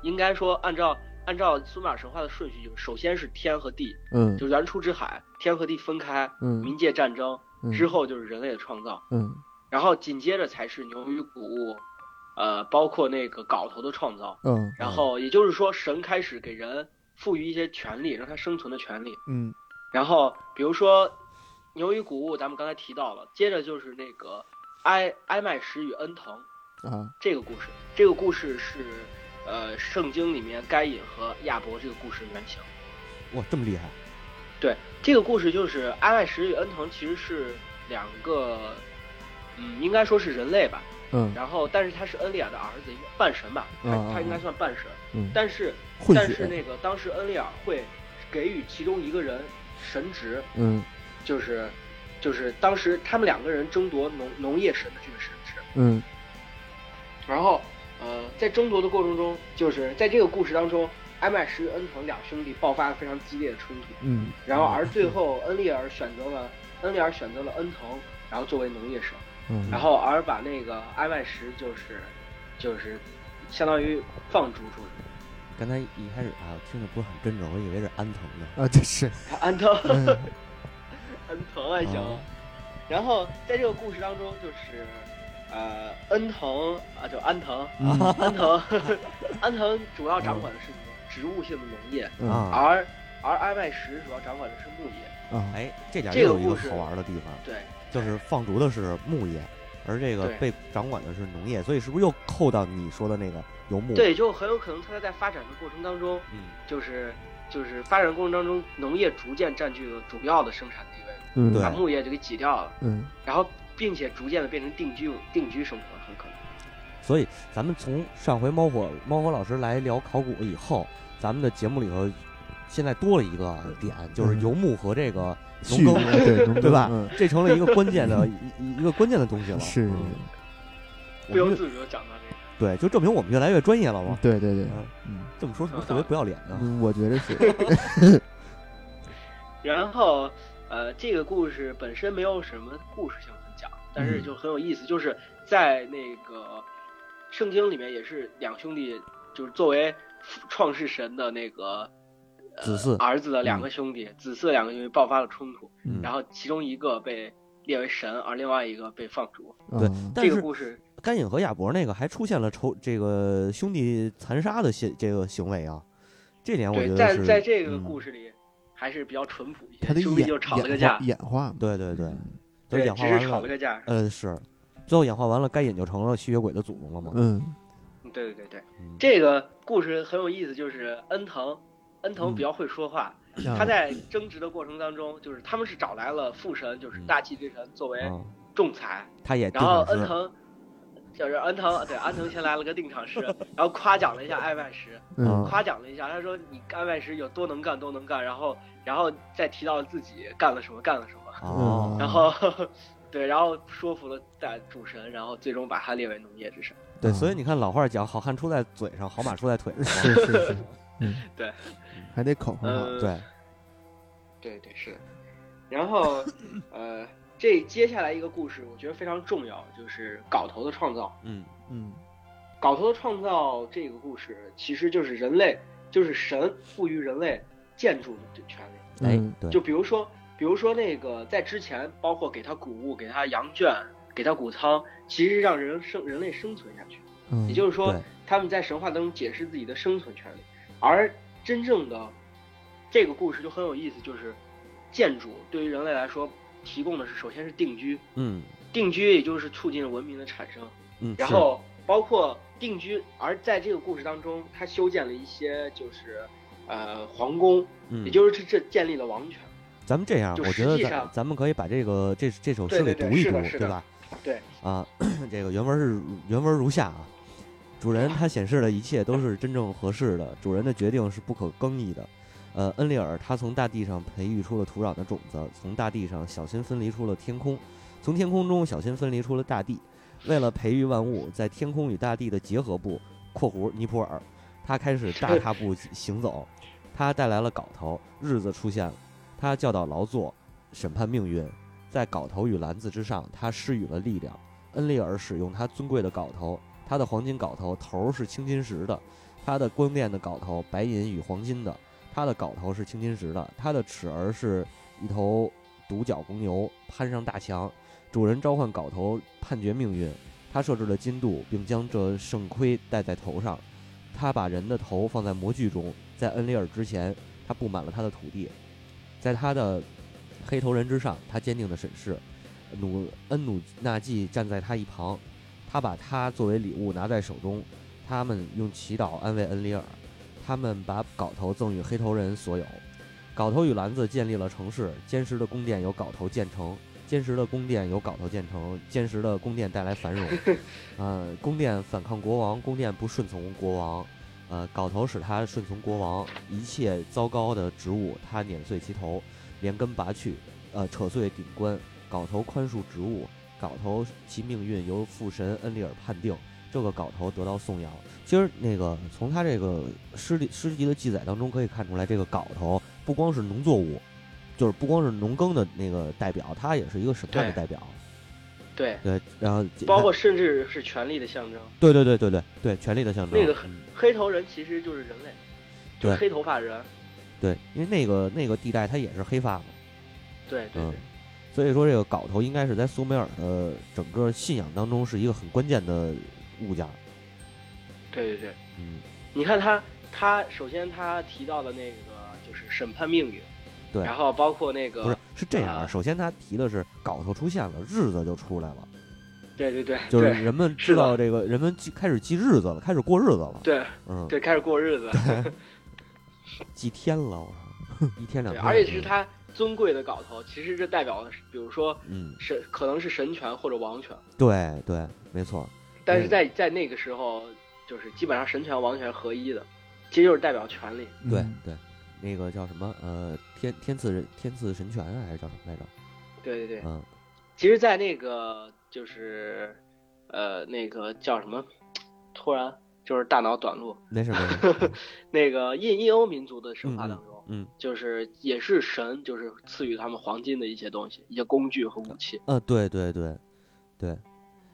S3: 应该说，按照按照苏美尔神话的顺序，就是首先是天和地，
S1: 嗯
S3: 就是原初之海，天和地分开，
S1: 嗯
S3: 冥界战争
S1: 嗯
S3: 之后就是人类的创造，
S1: 嗯
S3: 然后紧接着才是牛与谷，呃，包括那个镐头的创造。
S1: 嗯
S3: 然后也就是说，神开始给人赋予一些权利，让他生存的权利。
S1: 嗯
S3: 然后比如说牛与谷物，咱们刚才提到了，接着就是那个埃埃麦什与恩腾
S1: 啊
S3: 这个故事，这个故事是呃圣经里面该隐和亚伯这个故事的原型。
S2: 哇，这么厉害，
S3: 对，这个故事就是埃麦什与恩腾其实是两个，嗯，应该说是人类吧，
S1: 嗯
S3: 然后但是他是恩利亚的儿子，应该半神吧，他
S1: 嗯嗯
S3: 他应该算半神，
S1: 嗯
S3: 但是
S1: 混
S3: 但
S1: 血
S3: 是那个当时恩利尔会给予其中一个人神职，
S1: 嗯
S3: 就是就是当时他们两个人争夺农农业神的这个神职，
S1: 嗯
S3: 然后呃在争夺的过程中，就是在这个故事当中，埃麦什与恩腾两兄弟爆发了非常激烈的冲突，
S1: 嗯
S3: 然后而最后恩利尔选择了恩利尔选择了恩腾，然后作为农业神，
S1: 嗯，
S3: 然后而把那个埃麦什就是就是相当于放逐出去，
S2: 刚才一开始啊，我听着不是很真诚，我以为是安藤呢。
S1: 啊这是，
S3: 安腾
S1: 嗯哦
S3: 恩腾还行。
S2: 啊
S3: 然后在这个故事当中，就是呃，恩腾啊，就安腾，
S1: 嗯
S3: 安腾， 安腾主要掌管的是植物性的农业，
S1: 嗯
S2: 啊
S3: 而而埃麦什主要掌管的是牧业。
S1: 啊，
S2: 哎，这点
S3: 这
S2: 又有
S3: 个
S2: 一个
S3: 故事
S2: 好玩的地方，
S3: 对，
S2: 就是放逐的是牧业，而这个
S3: 对
S2: 被掌管的是农业，所以是不是又扣到你说的那个游牧？，
S3: 对，就很有可能它在发展的过程当中，
S2: 嗯，
S3: 就是就是发展过程当中，农业逐渐占据了主要的生产地位，
S1: 嗯，
S2: 对
S3: 把牧业就给挤掉了，
S1: 嗯，
S3: 然后并且逐渐的变成定居定居生活，很可能。
S2: 所以咱们从上回猫火猫火老师来聊考古以后，咱们的节目里头现在多了一个点，就是
S1: 嗯
S2: 游牧和这个农
S1: 蓄
S2: 耕，
S1: 对农耕
S2: 对吧
S1: 嗯，
S2: 这成了一个关键 的一一个关键的东西了。
S1: 是，
S2: 嗯
S3: 不
S2: 我
S3: 由
S2: 们就
S3: 自主地讲到这个，
S2: 对，就证明我们越来越专业了嘛。
S1: 对对对
S2: 嗯，
S1: 嗯
S2: 这么说是不是
S3: 有
S2: 特
S3: 道
S2: 别
S3: 理
S2: 不要脸啊？
S1: 嗯，我觉得 是，
S3: 然后呃，这个故事本身没有什么故事性很讲，但是
S2: 嗯
S3: 就很有意思，就是在那个圣经里面也是两兄弟，就是作为创世神的那个。呃
S2: 子嗯嗣
S3: 儿子的两个兄弟，子嗣的两个兄弟爆发了冲突，
S2: 嗯
S3: 然后其中一个被列为神，而另外一个被放逐。
S1: 啊
S2: 对但
S3: 这个
S2: 是
S3: 故事
S2: 甘颖和亚伯那个还出现了仇这个兄弟残杀的行这个行为啊，这点我觉
S3: 对，
S2: 得
S3: 但
S2: 是
S3: 在这个
S2: 嗯
S3: 故事里还是比较淳朴一
S1: 他
S3: 些，
S1: 的
S3: 兄弟
S1: 演
S3: 就吵了个
S1: 演
S3: 架
S1: 化，演化嘛，
S2: 嗯对对对，都
S3: 对，
S2: 演化
S3: 只是吵
S2: 完
S3: 了
S2: 了，
S3: 个架。
S2: 呃是，最后演化完了，该隐就成了吸血鬼的祖宗了嘛。
S1: 嗯
S3: 嗯对对对对，
S2: 嗯
S3: 这个故事很有意思，就是恩腾，恩
S2: 嗯
S3: 腾比较会 说话，
S1: 啊
S3: 嗯他在争执的过程当中，就是他们是找来了父神，就是
S2: 嗯
S3: 大气之神作为
S2: 啊，哎
S3: 仲裁，
S2: 他也定
S3: 然后
S2: 场
S3: 恩
S2: 诗，
S3: 腾。就是恩腾， 对安腾先来了个定场诗，然后夸奖了一下艾麦什，
S1: 嗯
S3: 夸奖了一下，他说你安外时有多能干多能干，然后然后再提到自己干了什么干了什么，
S2: 哦
S1: 嗯
S3: 然后 对，然后说服了大主神，然后最终把他列为农业之神。
S2: 对，
S1: 啊
S2: 所以你看老话讲，好汉出在嘴上，好马出在腿上
S1: 是
S2: 嘛。
S1: 是 是，嗯，
S3: 对，
S1: 还得口很好，
S3: 嗯，
S2: 对，
S3: 对对是的。然后呃，这接下来一个故事我觉得非常重要，就是镐头的创造。
S2: 嗯
S1: 嗯
S3: 镐头的创造这个故事其实就是人类，就是神赋予人类建筑的权利。
S2: 哎
S1: 嗯
S2: 对，
S3: 就比如说，比如说那个在之前，包括给他谷物、给他羊圈、给他谷仓，其实让人生人类生存下去。
S1: 嗯，
S3: 也就是说
S2: 对，
S3: 他们在神话当中解释自己的生存权利。而真正的这个故事就很有意思，就是建筑对于人类来说提供的是首先是定居，
S2: 嗯
S3: 定居也就是促进了文明的产生，
S2: 嗯，
S3: 然
S2: 是
S3: 后包括定居。而在这个故事当中，他修建了一些就是呃皇宫，
S2: 嗯
S3: 也就是这这建立了王权。
S2: 咱们这样，
S3: 就
S2: 我觉
S3: 实
S2: 得
S3: 际
S2: 咱
S3: 上
S2: 咱们可以把这个这这首诗
S3: 对
S2: 给
S3: 对
S2: 读
S3: 对
S2: 一
S3: 是
S2: 读，
S3: 的是的
S2: 吧？
S3: 对
S2: 啊， 这个原文是原文如下啊。主人他显示的一切都是真正合适的，主人的决定是不可更易的。呃，恩利尔他从大地上培育出了土壤的种子，从大地上小心分离出了天空，从天空中小心分离出了大地。为了培育万物，在天空与大地的结合部（括弧尼泊尔），他开始大踏步行走。他带来了镐头，日子出现了。他教导劳作，审判命运。在镐头与篮子之上，他施予了力量。恩利尔使用他尊贵的镐头，他的黄金镐头头儿是青金石的，他的光电的镐头白银与黄金的，他的镐头是青金石的，他的齿儿是一头独角公牛，攀上大墙。主人召唤镐头判决命运，他设置了金度，并将这圣盔戴在头上。他把人的头放在模具中，在恩利尔之前，他布满了他的土地，在他的黑头人之上，他坚定的审视。努恩努纳季站在他一旁，他把他作为礼物拿在手中。他们用祈祷安慰恩里尔，他们把镐头赠予黑头人所有。镐头与篮子建立了城市，坚实的宫殿由镐头建成，坚实的宫殿由镐头建成，坚实的宫殿带来繁荣。呃，宫殿反抗国王，宫殿不顺从国王。呃，镐头使他顺从国王，一切糟糕的植物他碾碎其头，连根拔去，呃，扯碎顶冠，镐头宽恕职务，镐头其命运由父神恩利尔判定，这个镐头得到颂扬。其实那个从他这个诗里诗集的记载当中可以看出来，这个镐头不光是农作物，就是不光是农耕的那个代表，它也是一个审判的代表。
S3: 对，
S2: 对，然后
S3: 包括甚至是权力的象征。
S2: 对对对对对对，权力的象征。
S3: 那个
S2: 嗯
S3: 黑头人其实就是人类，就
S2: 对
S3: 是黑头发人。
S2: 对，因为那个那个地带它也是黑发嘛，
S3: 对对
S2: 嗯
S3: 对，，
S2: 所以说这个镐头应该是在苏美尔的整个信仰当中是一个很关键的物件儿。
S3: 对对对。
S2: 嗯
S3: 你看他，他首先他提到的那个就是审判命运，
S2: 对
S3: 然后包括那
S2: 不是
S3: 个，
S2: 是这样啊。
S3: 啊
S2: 首先，他提的是镐头出现了，日子就出来了，
S3: 对对对，
S2: 就是
S3: 对
S2: 人们知道这个，人们记开始记日子了，开始过日子了，
S3: 对
S2: 嗯，
S3: 对，开始过日子，
S2: 记天了，我操， 一天两
S3: 对，
S2: 天，
S3: 而且是他尊贵的镐头，其实这代表的是，比如说
S2: 嗯，
S3: 神，可能是神权或者王权，
S2: 对对，没错，
S3: 但是
S2: 嗯
S3: 在在那个时候，就是基本上神权王权合一的，其实就是代表权力。
S2: 对
S1: 嗯
S2: 对，那个叫什么呃天天赐人天赐神权啊还是叫什么来着？
S3: 对对对，
S2: 嗯，
S3: 其实，在那个就是，呃，那个叫什么，突然就是大脑短路。
S2: 没事没事， 嗯
S3: 那个印印欧民族的神话当中，
S2: 嗯
S3: 就是也是神，就是赐予他们黄金的一些东西，一些工具和武器。
S2: 呃对对对对，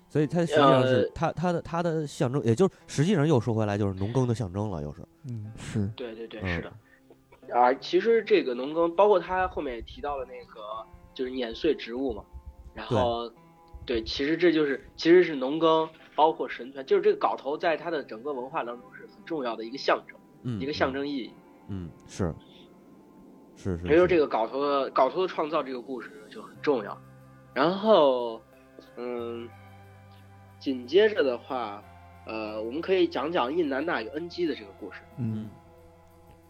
S2: 所以它实际上是
S3: 呃
S2: 它它的它的象征，也就是实际上又说回来就是农耕的象征了，又是
S1: 嗯是
S3: 对对对，
S2: 嗯
S3: 是的。啊，其实这个农耕，包括他后面也提到了那个就是碾碎植物嘛，然后对其实这就是其实是农耕，包括神权，就是这个镐头在他的整个文化当中是很重要的一个象征，
S2: 嗯
S3: 一个象，征意义。
S2: 嗯嗯是是是，
S3: 所以说这
S2: 个
S3: 个镐头的镐头的创造这个故事就很重要。然后，嗯，紧接着的话，呃，我们可以讲讲印南娜与恩基的这个故事。
S1: 嗯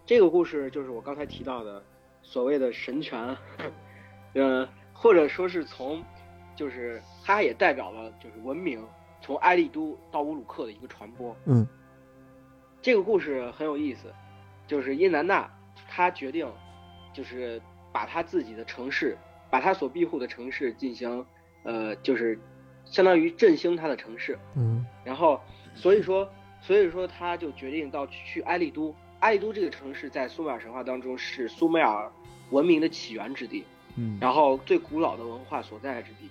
S3: 这个故事就是我刚才提到的所谓的神权，啊 呃，或者说是从，就是它也代表了就是文明从埃利都到乌鲁克的一个传播。
S1: 嗯
S3: 这个故事很有意思，就是伊南娜她决定，就是把她自己的城市，把她所庇护的城市进行，呃，就是相当于振兴她的城市。
S1: 嗯
S3: 然后所以说，所以说他就决定到去埃利都。埃利都这个城市在苏美尔神话当中是苏美尔文明的起源之地，
S1: 嗯
S3: 然后最古老的文化所在之地。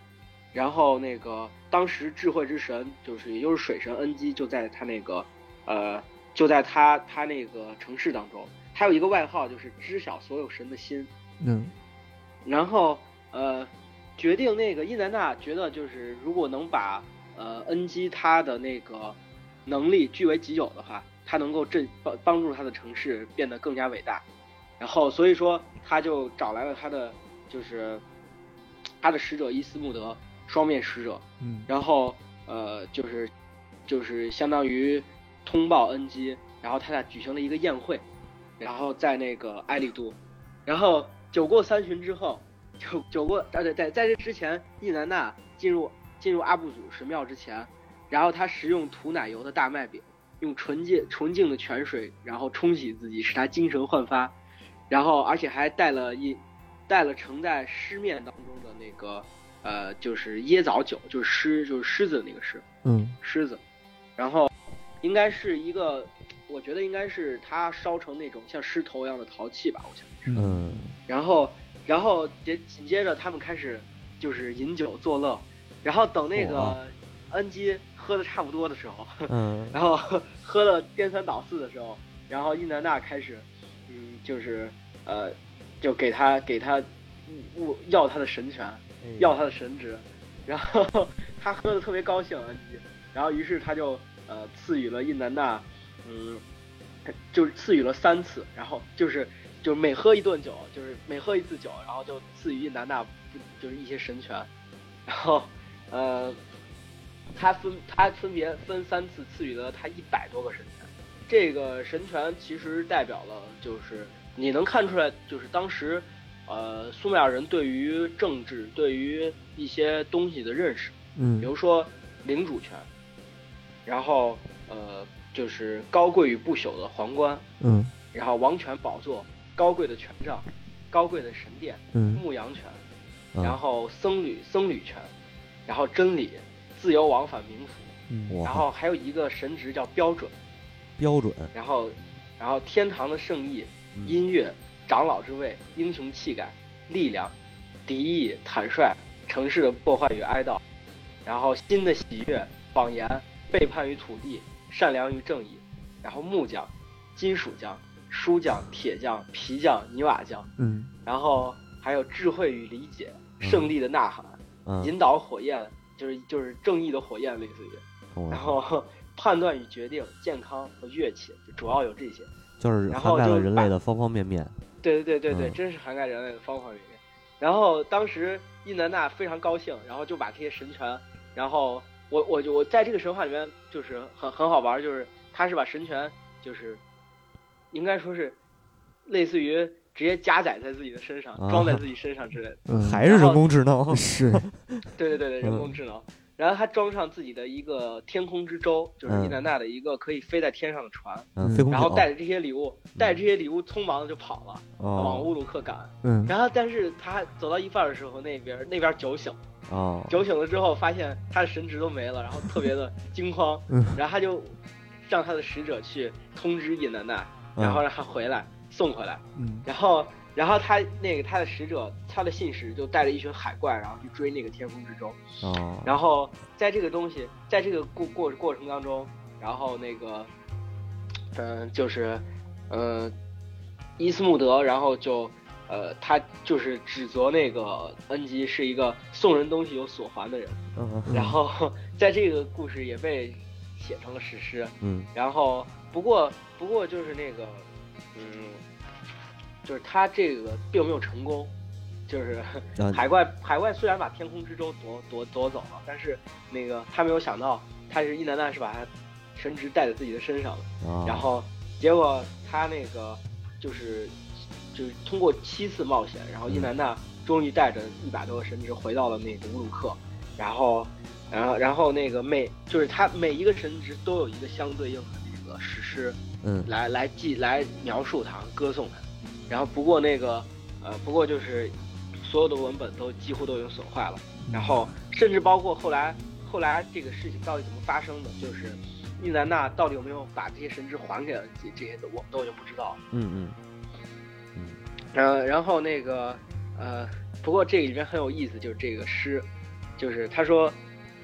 S3: 然后那个当时智慧之神就是也就是水神恩基就在他那个，呃，就在他他那个城市当中，他有一个外号就是知晓所有神的心。
S1: 嗯
S3: 然后呃，决定那个伊南娜觉得就是如果能把呃恩基他的那个能力据为己有的话，他能够振帮帮助他的城市变得更加伟大。然后所以说他就找来了他的就是他的使者伊斯穆德双面使者，
S1: 嗯
S3: 然后呃就是就是相当于通报恩基，然后他俩举行了一个宴会，然后在那个埃利都，然后酒过三巡之后，酒酒过啊对在在这之前，伊南娜进入进入阿布祖神庙之前，然后他食用涂奶油的大麦饼，用纯净纯净的泉水然后冲洗自己，使他精神焕发，然后而且还带了一带了盛在湿面当中的那个呃，就是椰枣酒，就是狮，就是狮子的那个狮，
S1: 嗯
S3: 狮子。然后应该是一个，我觉得应该是它烧成那种像狮头一样的陶器吧，我想。
S2: 嗯
S3: 然后，然后紧紧接着他们开始就是饮酒作乐，然后等那
S2: 哇
S3: 个恩基喝的差不多的时候，
S2: 嗯
S3: 然后喝了颠三倒四的时候，然后伊南娜开始，嗯，就是呃，就给他给他，物要他的神权。
S2: 嗯
S3: 要他的神职， 然后他喝的特别高兴，恩基，然后于是他就呃赐予了印南娜，嗯，就是赐予了三次，然后就是就是每喝一顿酒，就是每喝一次酒，然后就赐予印南娜不就是一些神权， 然后呃，他分他分别分三次赐予了他一百多个神权，这个神权其实代表了就是你能看出来，就是当时呃苏美尔人对于政治、对于一些东西的认识，比
S1: 嗯
S3: 如说领主权，然后呃就是高贵与不朽的皇冠，
S1: 嗯
S3: 然后王权宝座、高贵的权杖、高贵的神殿、
S1: 嗯
S3: 牧羊权，
S2: 嗯
S3: 然后僧侣僧侣权，然后真理、自由往返冥府，
S1: 嗯
S2: 哇
S3: 然后还有一个神职叫标准。
S2: 标准，
S3: 然后，然后天堂的圣意、
S2: 嗯
S3: 音乐、长老之位、英雄气概、力量、敌意、坦率、城市的破坏与哀悼，然后新的喜悦、谎言、背叛与土地、善良与正义，然后木匠、金属匠、书匠、铁匠、皮匠、泥瓦匠，
S1: 嗯
S3: 然后还有智慧与理解、
S2: 嗯
S3: 胜利的呐喊、
S2: 嗯，
S3: 引导火焰，就是就是正义的火焰，类似于。
S2: 我
S3: 然后判断与决定、健康和乐器，就主要有这些。
S2: 就是
S3: 然
S2: 涵
S3: 后
S2: 盖了
S3: 就
S2: 人
S3: 把
S2: 类的方方面面。
S3: 对对对对对，
S2: 嗯
S3: 真是涵盖人类的方方面面。然后当时伊南娜非常高兴，然后就把这些神权，然后我我就我在这个神话里面就是很很好玩，就是他是把神权就是应该说是类似于直接加载在自己的身上，
S2: 啊
S3: 装 在自己身上之类的。
S1: 嗯，
S2: 还是人工智能，
S1: 是
S3: 对对对
S2: 嗯
S3: 对，人工智能。然后他装上自己的一个天空之舟，就是伊南娜的一个可以飞在天上的船，
S2: 嗯，飞嗯空
S3: 然后
S2: 艇
S3: 带着这些礼物，带着这些礼物匆忙的就跑了，往
S2: 哦
S3: 乌鲁克赶。
S1: 嗯
S3: 然后，但是他走到一半的时候，那边那边酒醒了，
S2: 哦，
S3: 酒醒了之后，发现他的神职都没了，然后特别的惊慌
S1: 嗯，
S3: 然后他就让他的使者去通知尹南娜，然后让他回来送回来，
S1: 嗯
S3: 然后，然后他那个他的使者，他的信使就带着一群海怪，然后去追那个天空之舟，
S2: 嗯哦，
S3: 然后在这个东西，在这个过过过程当中，然后那个，嗯、就是，嗯、伊斯穆德，然后就，呃，他就是指责那个恩吉是一个送人东西有所还的人，
S2: 嗯
S1: 嗯
S3: 然后 在这个故事也被写成了史诗，
S2: 嗯
S3: 然后不过不过就是那个，嗯，就是他这个并没有成功，就是。
S2: 嗯，
S3: 海怪海怪虽然把天空之舟夺夺夺走了，但是那个他没有想到，他是伊南娜是把他神职带在自己的身上了，
S2: 啊
S3: 然后结果他那个就是就是通过七次冒险，然后伊南娜终于带着一百多个神职回到了那个乌鲁克，然后然后然后那个每就是他每一个神职都有一个相对应的那个史诗，
S2: 嗯
S3: 来来记来描述它，歌颂它。然后不过那个呃，不过就是所有的文本都几乎都已经损坏了，然后甚至包括后来后来这个事情到底怎么发生的，就是伊南娜到底有没有把这些神职还给了这这些，我们都已经不知道了。
S2: 嗯
S3: 嗯、然后那个呃，不过这里面很有意思，就是这个诗，就是他说。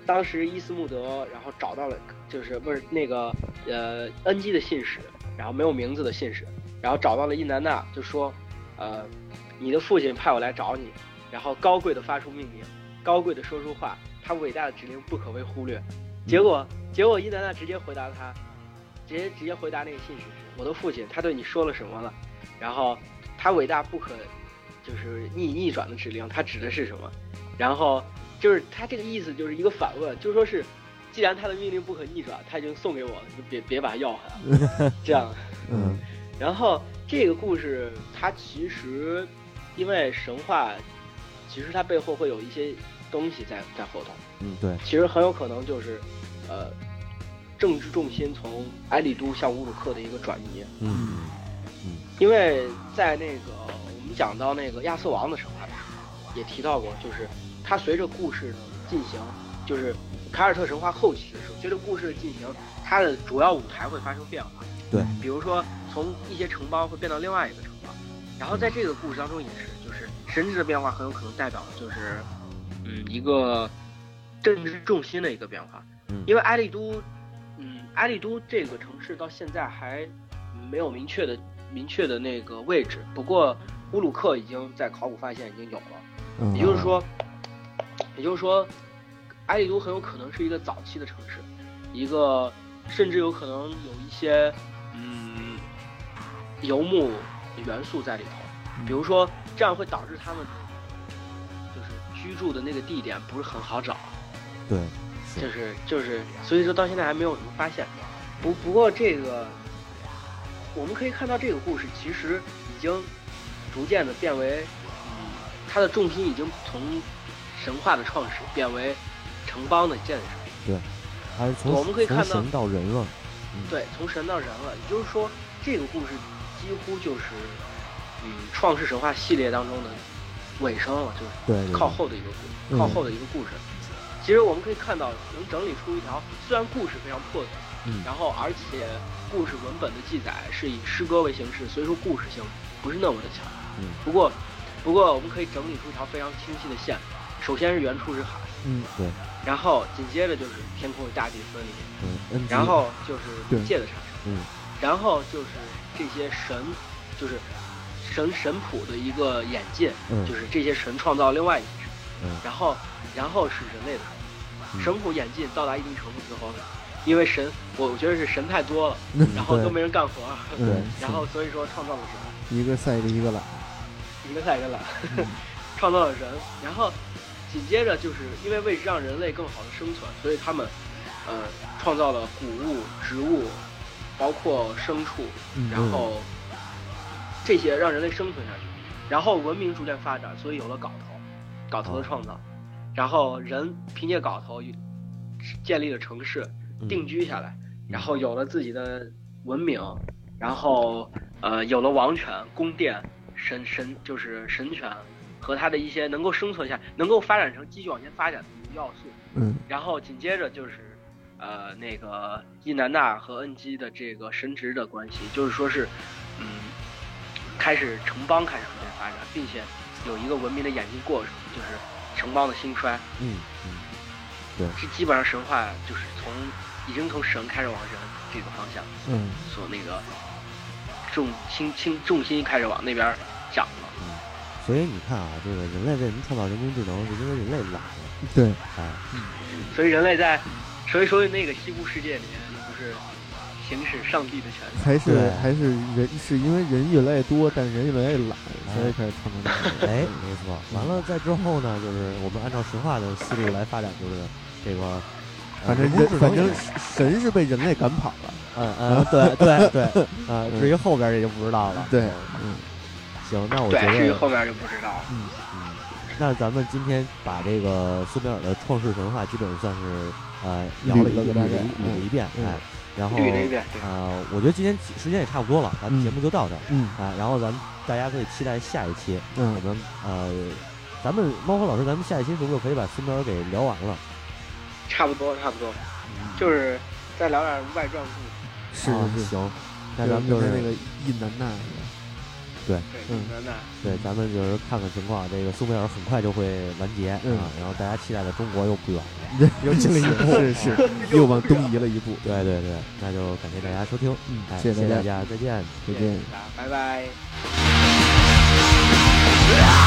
S3: 当时伊斯穆德，然后找到了，就是不是那个呃恩基的信使，然后没有名字的信使，然后找到了伊南娜，就说，呃，你的父亲派我来找你，然后高贵的发出命令，高贵的说出话，他伟大的指令不可被忽略。结果，结果伊南娜直接回答他，直接直接回答那个信使是，我的父亲他对你说了什么了？然后他伟大不可，就是逆逆转的指令，他指的是什么？然后就是他这个意思就是一个反问，就说是，既然他的命令不可逆转，他已经送给我了，你就别别把它要回来了，这样。
S1: 嗯
S2: 嗯
S3: 然后这个故事它其实因为神话，其实它背后会有一些东西在在后头，
S2: 嗯，对，
S3: 其实很有可能就是呃政治重心从埃里都向乌鲁克的一个转移，
S2: 嗯
S3: 因为在那个我们讲到那个亚瑟王的神话里也提到过，就是它随着故事的进行，就是凯尔特神话后期的时候，随着故事的进行，它的主要舞台会发生变化。
S2: 对
S3: 比如说从一些城邦会变到另外一个城邦，然后在这个故事当中也是，就是神职的变化很有可能代表的就是，嗯，一个政治重心的一个变化。
S2: 嗯
S3: 因为埃利都，嗯，埃利都这个城市到现在还没有明确的明确的那个位置，不过乌鲁克已经在考古发现已经有了。
S1: 嗯
S3: 也就是说，也就是说，埃里都很有可能是一个早期的城市，一个甚至有可能有一些嗯游牧元素在里头，比如说这样会导致他们就是居住的那个地点不是很好找，
S2: 对，
S3: 就是是就是，所以说到现在还没有什么发现。不不过这个，我们可以看到这个故事其实已经逐渐的变为，嗯，它的重心已经从神话的创始变为城邦的建设，
S2: 还是从
S3: 我们可以
S2: 从
S3: 看到
S2: 神到人了，
S3: 对，从神到人了。也就是说，这个故事几乎就是，嗯，创世神话系列当中的尾声了，就是
S2: 对对对
S3: 靠后的一个
S2: 嗯
S3: 故，靠后的一个故事。其实我们可以看到，能整理出一条虽然故事非常破碎，
S2: 嗯
S3: 然后而且故事文本的记载是以诗歌为形式，所以说故事性不是那么的强。
S2: 嗯
S3: 不过，不过我们可以整理出一条非常清晰的线。首先是原初之海，
S1: 嗯
S2: 对，
S3: 然后紧接着就是天空与大地分离，
S2: 嗯，恩吉
S3: 然后就
S1: 对
S3: 是界的产生，
S2: 嗯
S3: 然后就是这些神，就是神神谱的一个演进，
S2: 嗯
S3: 就是这些神创造另外一些神，
S2: 嗯
S3: 然后然后是人类的
S2: 嗯
S3: 神，神谱演进到达一定程度之后，因为神，我我觉得是神太多了，
S1: 嗯
S3: 然后
S2: 对
S3: 都没人干活，
S1: 嗯
S2: 对
S1: 是
S3: 然后所以说创造了神，
S1: 一个赛着一个懒，
S3: 一个赛一个懒， 创造了人，然后紧接着就是因为为让人类更好的生存，所以他们呃创造了谷物、植物，包括牲畜，
S1: 嗯
S3: 然后这些让人类生存下去，然后文明逐渐发展，所以有了镐头，镐头的创造，然后人凭借镐头建立了城市，
S2: 嗯
S3: 定居下来，然后有了自己的文明，然后呃有了王权、宫殿、神神就是神权和他的一些能够生存下、能够发展成继续往前发展的要素，
S1: 嗯
S3: 然后紧接着就是，呃，那个伊南娜和恩基的这个神职的关系，就是说是，嗯，开始城邦开始逐渐发展，并且有一个文明的演进过程，就是城邦的兴衰，
S2: 嗯嗯，
S3: 是基本上神话就是从已经从神开始往人这个方向
S1: 嗯
S3: 所那个重心心重心开始往那边长了。
S2: 所以你看啊，这个人类为什么创造人工智能，是因为人类懒了，
S1: 对，
S2: 哎，
S3: 所以人类在，所以说那个西部世界里面就是行使上帝的权利。
S1: 还是
S2: 对
S1: 还是人是因为人越来越多，但人越来越懒，所以开始 创造这个。
S2: 哎，没错。完了，再之后呢，就是我们按照神话的思路来发展，就是这个，呃
S1: 反正
S2: 人工
S1: 人
S2: 智能
S1: 反正
S2: 也
S1: 神是被人类赶跑了，
S2: 嗯嗯，对对 对，啊，至于后边儿这就不知道了。
S1: 对
S2: 嗯，
S1: 嗯
S2: 行，那我觉
S3: 对，至于
S2: 得，
S3: 后面就不知道了。
S1: 嗯
S2: 嗯，那咱们今天把这个苏美尔的创世神话基本算是呃聊了一
S1: 捋了
S2: 捋
S1: 个
S2: 了
S1: 大概
S2: 一捋了一遍，
S1: 嗯
S2: 哎，然后
S3: 捋了一遍，对
S2: 呃，我觉得今天时间也差不多了，咱
S1: 嗯
S2: 们节目就到这儿，
S1: 嗯
S2: 哎，然后咱们大家可以期待下一期，我
S1: 嗯，
S2: 们呃，咱们猫火老师，咱们下一期是不是可以把苏美尔给聊完了？
S3: 差不多差不多，就是再聊点外传故事。
S1: 是
S2: 啊
S1: 是是，
S2: 行，那咱们就
S1: 刚
S2: 是
S1: 才那个一男呐，是 吧
S3: 对，
S1: 嗯
S3: 那那
S2: 对，咱们就是看看情况，这个苏美尔很快就会完结、
S1: 嗯
S2: 啊，然后大家期待的中国又不远了。
S1: 又进了一步，是 是，又往东移了一步。
S2: 对对对，那就感谢大家收听，
S1: 嗯
S2: 哎，
S1: 谢
S2: 谢
S1: 谢
S2: 大
S1: 大家，
S2: 家，再见。
S1: 再
S3: 谢谢
S1: 见。
S3: 大家，拜拜。
S4: 啊！